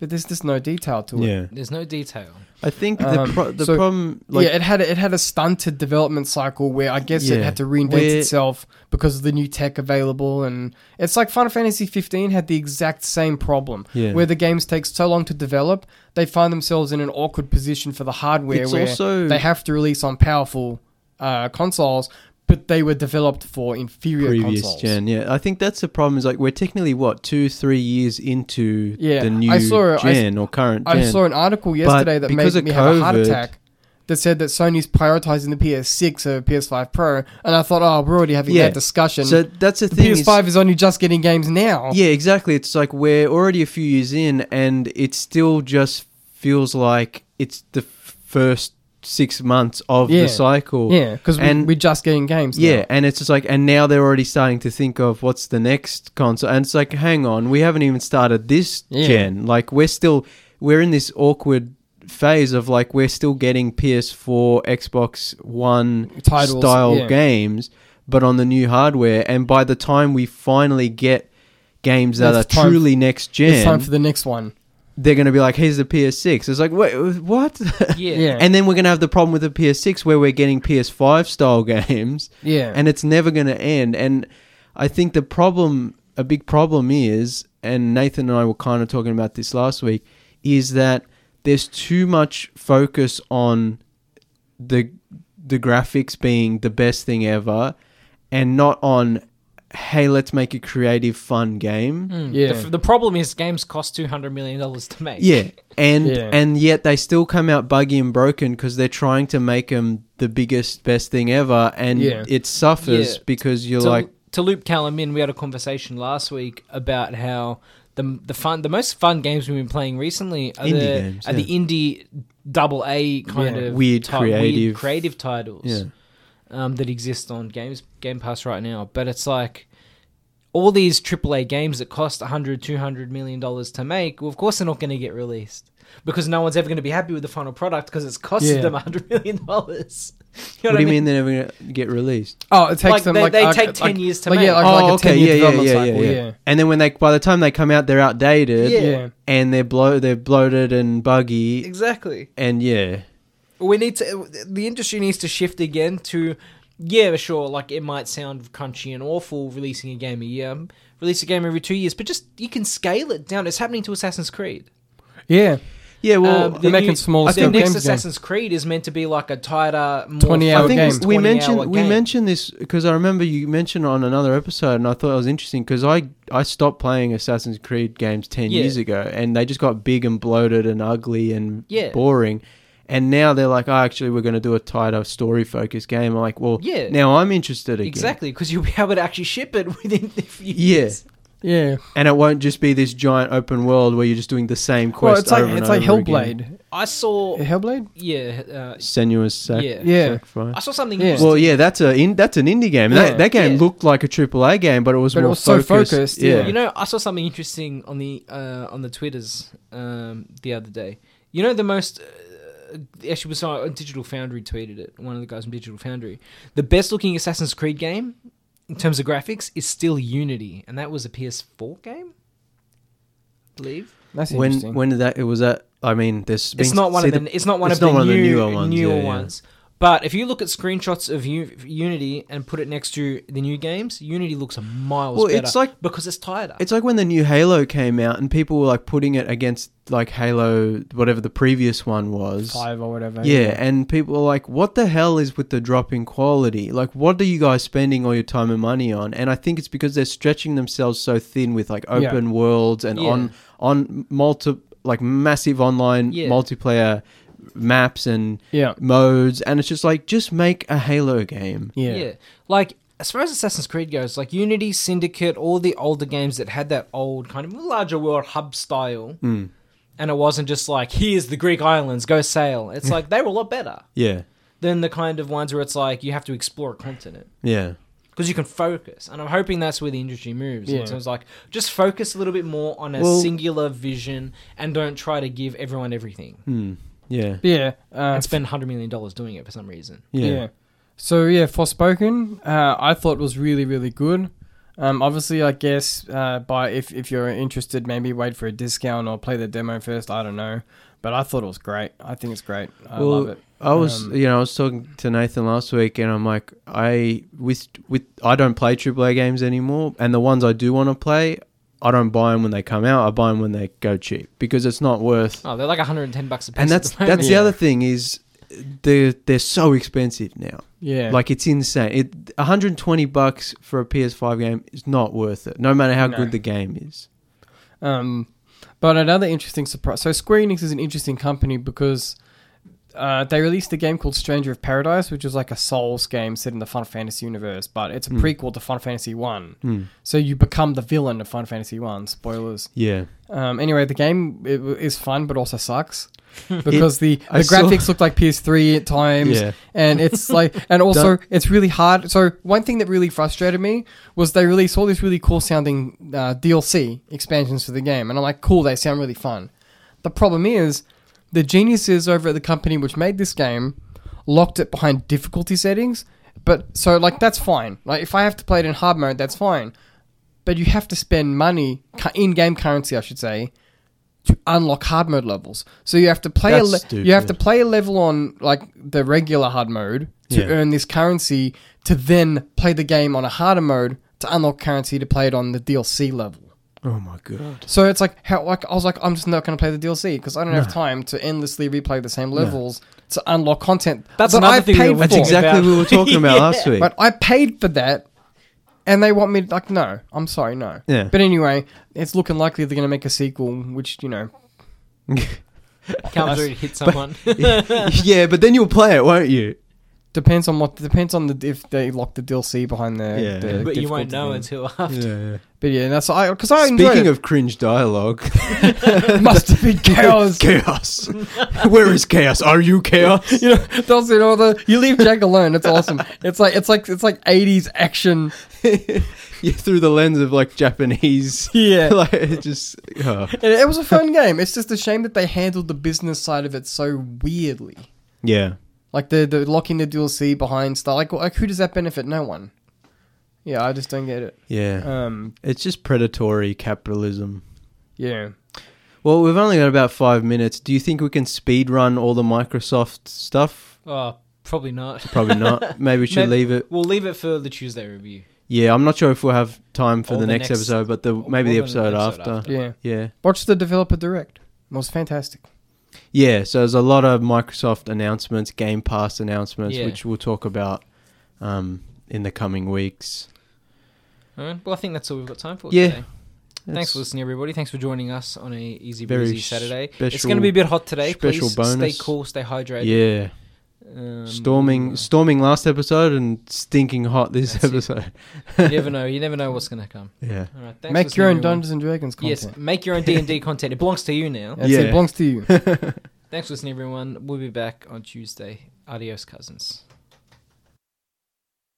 Speaker 3: but there's just no detail to it.
Speaker 2: Yeah.
Speaker 1: There's no detail.
Speaker 2: I think
Speaker 3: Um,
Speaker 2: the pro- the
Speaker 3: so-
Speaker 2: problem like
Speaker 3: yeah, it had a, it had a stunted development cycle where I guess it
Speaker 2: Yeah.
Speaker 3: had to reinvent
Speaker 2: Where-
Speaker 3: itself because of the new tech available, and it's like Final Fantasy 15 had the exact same problem
Speaker 2: Yeah.
Speaker 3: where the games take so long to develop, they find themselves in an awkward position for the hardware
Speaker 2: It's
Speaker 3: where
Speaker 2: also-
Speaker 3: they have to release on powerful uh, consoles, but they were developed for inferior
Speaker 2: previous
Speaker 3: consoles.
Speaker 2: gen. Yeah, I think that's the problem. Is like we're technically what two, three years into
Speaker 3: Yeah,
Speaker 2: the new
Speaker 3: I saw- I s-
Speaker 2: gen or current
Speaker 3: I
Speaker 2: gen.
Speaker 3: saw an article yesterday that made
Speaker 2: because of
Speaker 3: me have a heart
Speaker 2: COVID-
Speaker 3: attack. That said, that Sony's prioritizing the PS6 over PS5 Pro, and I thought, oh, we're already having
Speaker 2: Yeah.
Speaker 3: that discussion.
Speaker 2: so that's the,
Speaker 3: the
Speaker 2: thing. is-
Speaker 3: PS5 is only just getting games now.
Speaker 2: yeah, exactly. It's like we're already a few years in, and it still just feels like it's the f- first six months of
Speaker 3: Yeah.
Speaker 2: the cycle.
Speaker 3: yeah, because we,
Speaker 2: And-
Speaker 3: we're just getting games. now.
Speaker 2: Yeah, and it's just like, and now they're already starting to think of what's the next console, and it's like, hang on, we haven't even started this
Speaker 3: Yeah.
Speaker 2: gen. Like we're still, we're in this awkward phase of like we're still getting PS4, Xbox One
Speaker 3: Titles,
Speaker 2: style
Speaker 3: yeah.
Speaker 2: games, but on the new hardware. And by the time we finally get games that
Speaker 3: It's
Speaker 2: are
Speaker 3: time-
Speaker 2: truly next
Speaker 3: it's time
Speaker 2: gen,
Speaker 3: for the next one.
Speaker 2: they're gonna be like, here's the PS6. It's like, wait, what?
Speaker 1: Yeah.
Speaker 3: Yeah.
Speaker 2: And then we're gonna have the problem with the PS6 where we're getting PS5 style games
Speaker 3: Yeah,
Speaker 2: and it's never going to end. And I think the problem, a big problem is, and Nathan and I were kind of talking about this last week, is that there's too much focus on the the graphics being the best thing ever, and not on hey, let's make a creative, fun game.
Speaker 3: yeah,
Speaker 1: Hmm. The, f- the problem is games cost two hundred million dollars to make.
Speaker 2: Yeah, and
Speaker 3: Yeah.
Speaker 2: and yet they still come out buggy and broken because they're trying to make them the biggest, best thing ever, and
Speaker 3: Yeah.
Speaker 2: it suffers
Speaker 1: Yeah.
Speaker 2: because you're
Speaker 1: to,
Speaker 2: like,
Speaker 1: to loop Callum in, we had a conversation last week about how the the fun the most fun games we've been playing recently are
Speaker 2: Indie
Speaker 1: the
Speaker 2: games,
Speaker 1: are the indie double A kind
Speaker 3: Yeah.
Speaker 1: of
Speaker 2: Weird creative-
Speaker 1: creative titles
Speaker 2: Yeah.
Speaker 1: um, that exist on games Game Pass right now. But it's like all these AAA games that cost 100 200 million dollars to make, well, of course they're not going to get released because no one's ever going to be happy with the final product because it's costed
Speaker 3: Yeah.
Speaker 1: them 100 million dollars.
Speaker 2: what, do you mean they're never going to get released?
Speaker 3: oh, it takes
Speaker 1: Like,
Speaker 3: them
Speaker 1: they-
Speaker 3: like
Speaker 1: they
Speaker 3: uh,
Speaker 1: take
Speaker 3: like-
Speaker 1: 10 years to
Speaker 3: like, Yeah,
Speaker 1: make.
Speaker 3: like,
Speaker 2: oh,
Speaker 3: like a
Speaker 2: okay,
Speaker 3: ten year
Speaker 2: yeah, yeah,
Speaker 3: development
Speaker 2: yeah,
Speaker 3: cycle.
Speaker 2: yeah,
Speaker 3: yeah.
Speaker 2: And then when they, by the time they come out, they're outdated,
Speaker 1: Yeah.
Speaker 3: Yeah.
Speaker 2: and they're blow, they're bloated and buggy,
Speaker 1: Exactly.
Speaker 2: and yeah,
Speaker 1: we need to the industry needs to shift again to yeah sure like it might sound crunchy and awful releasing a game a year release a game every two years but just you can scale it down it's happening to assassin's creed
Speaker 3: yeah.
Speaker 2: yeah. Well,
Speaker 1: Um,
Speaker 3: they're
Speaker 1: the
Speaker 3: making
Speaker 1: new-
Speaker 3: smaller
Speaker 1: the
Speaker 3: scale
Speaker 1: next
Speaker 3: games again.
Speaker 1: assassin's creed is meant to be like a tighter more
Speaker 3: 20-hour
Speaker 2: I
Speaker 3: our
Speaker 2: think
Speaker 3: game.
Speaker 2: we- we
Speaker 1: 20
Speaker 2: mentioned
Speaker 1: hour
Speaker 2: we
Speaker 1: game.
Speaker 2: mentioned this because I remember you mentioned on another episode, and I thought it was interesting because I I stopped playing Assassin's Creed games ten
Speaker 1: Yeah.
Speaker 2: years ago, and they just got big and bloated and ugly and
Speaker 1: Yeah.
Speaker 2: boring. And now they're like, oh, actually, we're going to do a tighter story focused game. I'm like, well,
Speaker 1: Yeah.
Speaker 2: now I'm interested again.
Speaker 1: exactly because you'll be able to actually ship it within a few
Speaker 2: Yeah.
Speaker 1: years
Speaker 3: yeah.
Speaker 2: And it won't just be this giant open world where you're just doing the same quest
Speaker 3: Well, it's like
Speaker 2: over
Speaker 3: it's
Speaker 2: and
Speaker 3: like
Speaker 2: over again.
Speaker 3: Hellblade.
Speaker 1: i saw
Speaker 3: Hellblade.
Speaker 1: yeah uh,
Speaker 2: Senua's sac-
Speaker 1: Yeah.
Speaker 3: Yeah.
Speaker 2: sacrifice.
Speaker 1: i saw something
Speaker 3: Yeah.
Speaker 1: interesting.
Speaker 2: Well, yeah, that's a in, that's an indie game.
Speaker 3: Yeah.
Speaker 2: That, that game
Speaker 1: Yeah.
Speaker 2: looked like a AAA game, but it was
Speaker 3: But it
Speaker 2: more
Speaker 3: was so
Speaker 2: focused.
Speaker 3: focused, yeah.
Speaker 1: You know, I saw something interesting on the uh, on the twitters um, the other day. You know, the most uh, actually was uh, Digital Foundry tweeted it. One of the guys from Digital Foundry, the best looking Assassin's Creed game in terms of graphics is still Unity, and that was a PS4 game, I believe.
Speaker 3: That's
Speaker 2: when
Speaker 3: interesting.
Speaker 2: when did that it was that I mean, there's
Speaker 1: It's
Speaker 2: been-
Speaker 1: not one
Speaker 2: see
Speaker 1: of the, it's not one
Speaker 2: it's
Speaker 1: of
Speaker 2: not
Speaker 1: the
Speaker 2: one of the
Speaker 1: new,
Speaker 2: newer ones,
Speaker 1: newer
Speaker 2: yeah, yeah.
Speaker 1: ones. But if you look at screenshots of U- Unity and put it next to the new games, Unity looks a miles
Speaker 2: Well,
Speaker 1: better.
Speaker 2: it's like-
Speaker 1: because it's tighter.
Speaker 2: It's like when the new Halo came out and people were like putting it against like Halo whatever the previous one was.
Speaker 3: five or whatever.
Speaker 2: Yeah, and people are like, "What the hell is with the drop in quality? Like, what are you guys spending all your time and money on?" And I think it's because they're stretching themselves so thin with like
Speaker 3: Yeah.
Speaker 2: open worlds and
Speaker 1: Yeah.
Speaker 2: on on multi like massive online
Speaker 1: Yeah.
Speaker 2: multiplayer maps and
Speaker 3: yeah,
Speaker 2: modes, and it's just like just make a Halo game.
Speaker 3: yeah,
Speaker 1: Yeah. Like as far as Assassin's Creed goes, like Unity, Syndicate, all the older games that had that old kind of larger world hub style,
Speaker 2: Hmm.
Speaker 1: and it wasn't just like here's the Greek islands, go sail. It's like they were a lot better
Speaker 2: Yeah,
Speaker 1: than the kind of ones where it's like you have to explore a continent.
Speaker 2: yeah.
Speaker 1: because you can focus. And I'm hoping that's where the industry moves.
Speaker 3: Yeah.
Speaker 1: In terms of like, just focus a little bit more on a
Speaker 2: Well-
Speaker 1: singular vision and don't try to give everyone everything
Speaker 2: Hmm. Yeah.
Speaker 3: Yeah. Uh,
Speaker 1: and spend $100 million doing it for some reason.
Speaker 2: Yeah.
Speaker 3: So yeah, Forspoken, uh, I thought was really really good. Um, obviously, I guess uh, by if if you're interested, maybe wait for a discount or play the demo first. I don't know, but I thought it was great. I think it's great. I
Speaker 2: Well,
Speaker 3: love it.
Speaker 2: I was,
Speaker 3: Um,
Speaker 2: you know, I was talking to Nathan last week, and I'm like, I with with I don't play AAA games anymore, and the ones I do want to play, I don't buy them when they come out. I buy them when they go cheap because it's not worth.
Speaker 1: Oh, they're like 110 bucks a piece.
Speaker 2: and that's
Speaker 1: at the moment.
Speaker 2: that's the
Speaker 3: Yeah.
Speaker 2: other thing is they they're so expensive now.
Speaker 3: Yeah.
Speaker 2: Like it's insane. It 120 bucks for a PS5 game is not worth it, no matter how
Speaker 3: No.
Speaker 2: good the game is.
Speaker 3: Um, but another interesting surprise. So Square Enix is an interesting company because uh, they released a game called Stranger of Paradise, which is like a Souls game set in the Final Fantasy universe, but it's a
Speaker 2: Hmm.
Speaker 3: prequel to Final Fantasy One.
Speaker 2: Hmm.
Speaker 3: So you become the villain of Final Fantasy One. Spoilers.
Speaker 2: Yeah,
Speaker 3: Um, anyway, the game i- is fun, but also sucks because the, the
Speaker 2: I saw-
Speaker 3: graphics look like PS3 at times,
Speaker 2: yeah,
Speaker 3: and it's like, and also it's really hard. So one thing that really frustrated me was they released all these really cool sounding uh, DLC expansions for the game, and I'm like, cool, they sound really fun. The problem is the geniuses over at the company which made this game locked it behind difficulty settings. But so like that's fine. Like if I have to play it in hard mode, that's fine. But you have to spend money, cu- in-game currency, I should say, to unlock hard mode levels. So you have to play a
Speaker 2: That's
Speaker 3: le-
Speaker 2: stupid.
Speaker 3: you have to play a level on like the regular hard mode to
Speaker 2: Yeah.
Speaker 3: earn this currency to then play the game on a harder mode to unlock currency to play it on the DLC level.
Speaker 2: Oh my god.
Speaker 3: So it's like how like I was like I'm just not going to play the DLC because I don't have time to endlessly replay the same levels to unlock content.
Speaker 1: That's
Speaker 3: that
Speaker 1: another
Speaker 3: I've
Speaker 1: thing that
Speaker 3: paid
Speaker 1: we-
Speaker 3: for.
Speaker 2: That's exactly
Speaker 1: about-
Speaker 2: what we were talking about last week.
Speaker 3: But I paid for that, and they want me like no. I'm sorry, no.
Speaker 2: Yeah.
Speaker 3: But anyway, it's looking likely they're going to make a sequel, which you know.
Speaker 1: comes through to hit someone.
Speaker 2: yeah, but then you'll play it, won't you?
Speaker 3: Depends on what depends on the if they lock the DLC behind the,
Speaker 2: Yeah. But
Speaker 3: the
Speaker 1: but you
Speaker 3: difficulty
Speaker 1: won't know
Speaker 3: thing.
Speaker 1: until after.
Speaker 2: Yeah.
Speaker 3: But yeah, that's I because I
Speaker 2: Speaking
Speaker 3: enjoyed
Speaker 2: of cringe dialogue,
Speaker 3: it. must have been chaos.
Speaker 2: chaos. Where is chaos? Are you chaos?
Speaker 3: you know, those you know the you leave Jack alone. It's awesome. It's like it's like it's like eighties action.
Speaker 2: Yeah, through the lens of like Japanese.
Speaker 3: Yeah.
Speaker 2: like it just. oh.
Speaker 3: It, it was a fun game. It's just a shame that they handled the business side of it so weirdly.
Speaker 2: Yeah.
Speaker 3: Like the the locking the DLC behind stuff. Like like who does that benefit? No one. Yeah, I just don't get it.
Speaker 2: Yeah.
Speaker 1: Uh,
Speaker 3: Um.
Speaker 2: It's just predatory capitalism.
Speaker 3: Yeah.
Speaker 2: Well, we've only got about five minutes. Do you think we can speed run all the Microsoft stuff?
Speaker 1: Oh, probably not.
Speaker 2: Probably not. Maybe we should
Speaker 1: Maybe-
Speaker 2: leave it.
Speaker 1: We'll leave it for the Tuesday review.
Speaker 2: Yeah, I'm not sure if we'll have time for
Speaker 1: Or the
Speaker 2: the, next,
Speaker 1: next-
Speaker 2: episode, but the
Speaker 1: or
Speaker 2: maybe the
Speaker 1: more than
Speaker 2: episode,
Speaker 1: the
Speaker 2: after.
Speaker 1: episode after.
Speaker 3: Yeah.
Speaker 2: Yeah.
Speaker 3: Watch the developer direct. It was fantastic.
Speaker 2: Yeah, so there's a lot of Microsoft announcements, Game Pass announcements,
Speaker 1: Yeah.
Speaker 2: which we'll talk about um, in the coming weeks.
Speaker 1: All right. Well, I think that's all we've got time for
Speaker 2: Yeah.
Speaker 1: today. Thanks for
Speaker 2: That's-
Speaker 1: listening, everybody. Thanks for joining us on a easy
Speaker 2: Very
Speaker 1: breezy Saturday. It's
Speaker 2: special-
Speaker 1: going to be a bit hot today.
Speaker 2: special
Speaker 1: Please
Speaker 2: bonus.
Speaker 1: stay cool, stay hydrated.
Speaker 2: Yeah,
Speaker 1: Um,
Speaker 2: storming, storming last episode and stinking hot this
Speaker 1: That's it.
Speaker 2: episode.
Speaker 1: you never know. You never know what's going to come.
Speaker 2: Yeah,
Speaker 1: All right. Thanks for
Speaker 3: Make
Speaker 1: listening,
Speaker 3: your own
Speaker 1: everyone.
Speaker 3: Dungeons and Dragons content.
Speaker 1: Yes, make your own D and D content. It belongs to you now.
Speaker 3: That's It
Speaker 2: Yeah.
Speaker 3: belongs to you.
Speaker 1: Thanks for listening, everyone. We'll be back on Tuesday. Adios, cousins.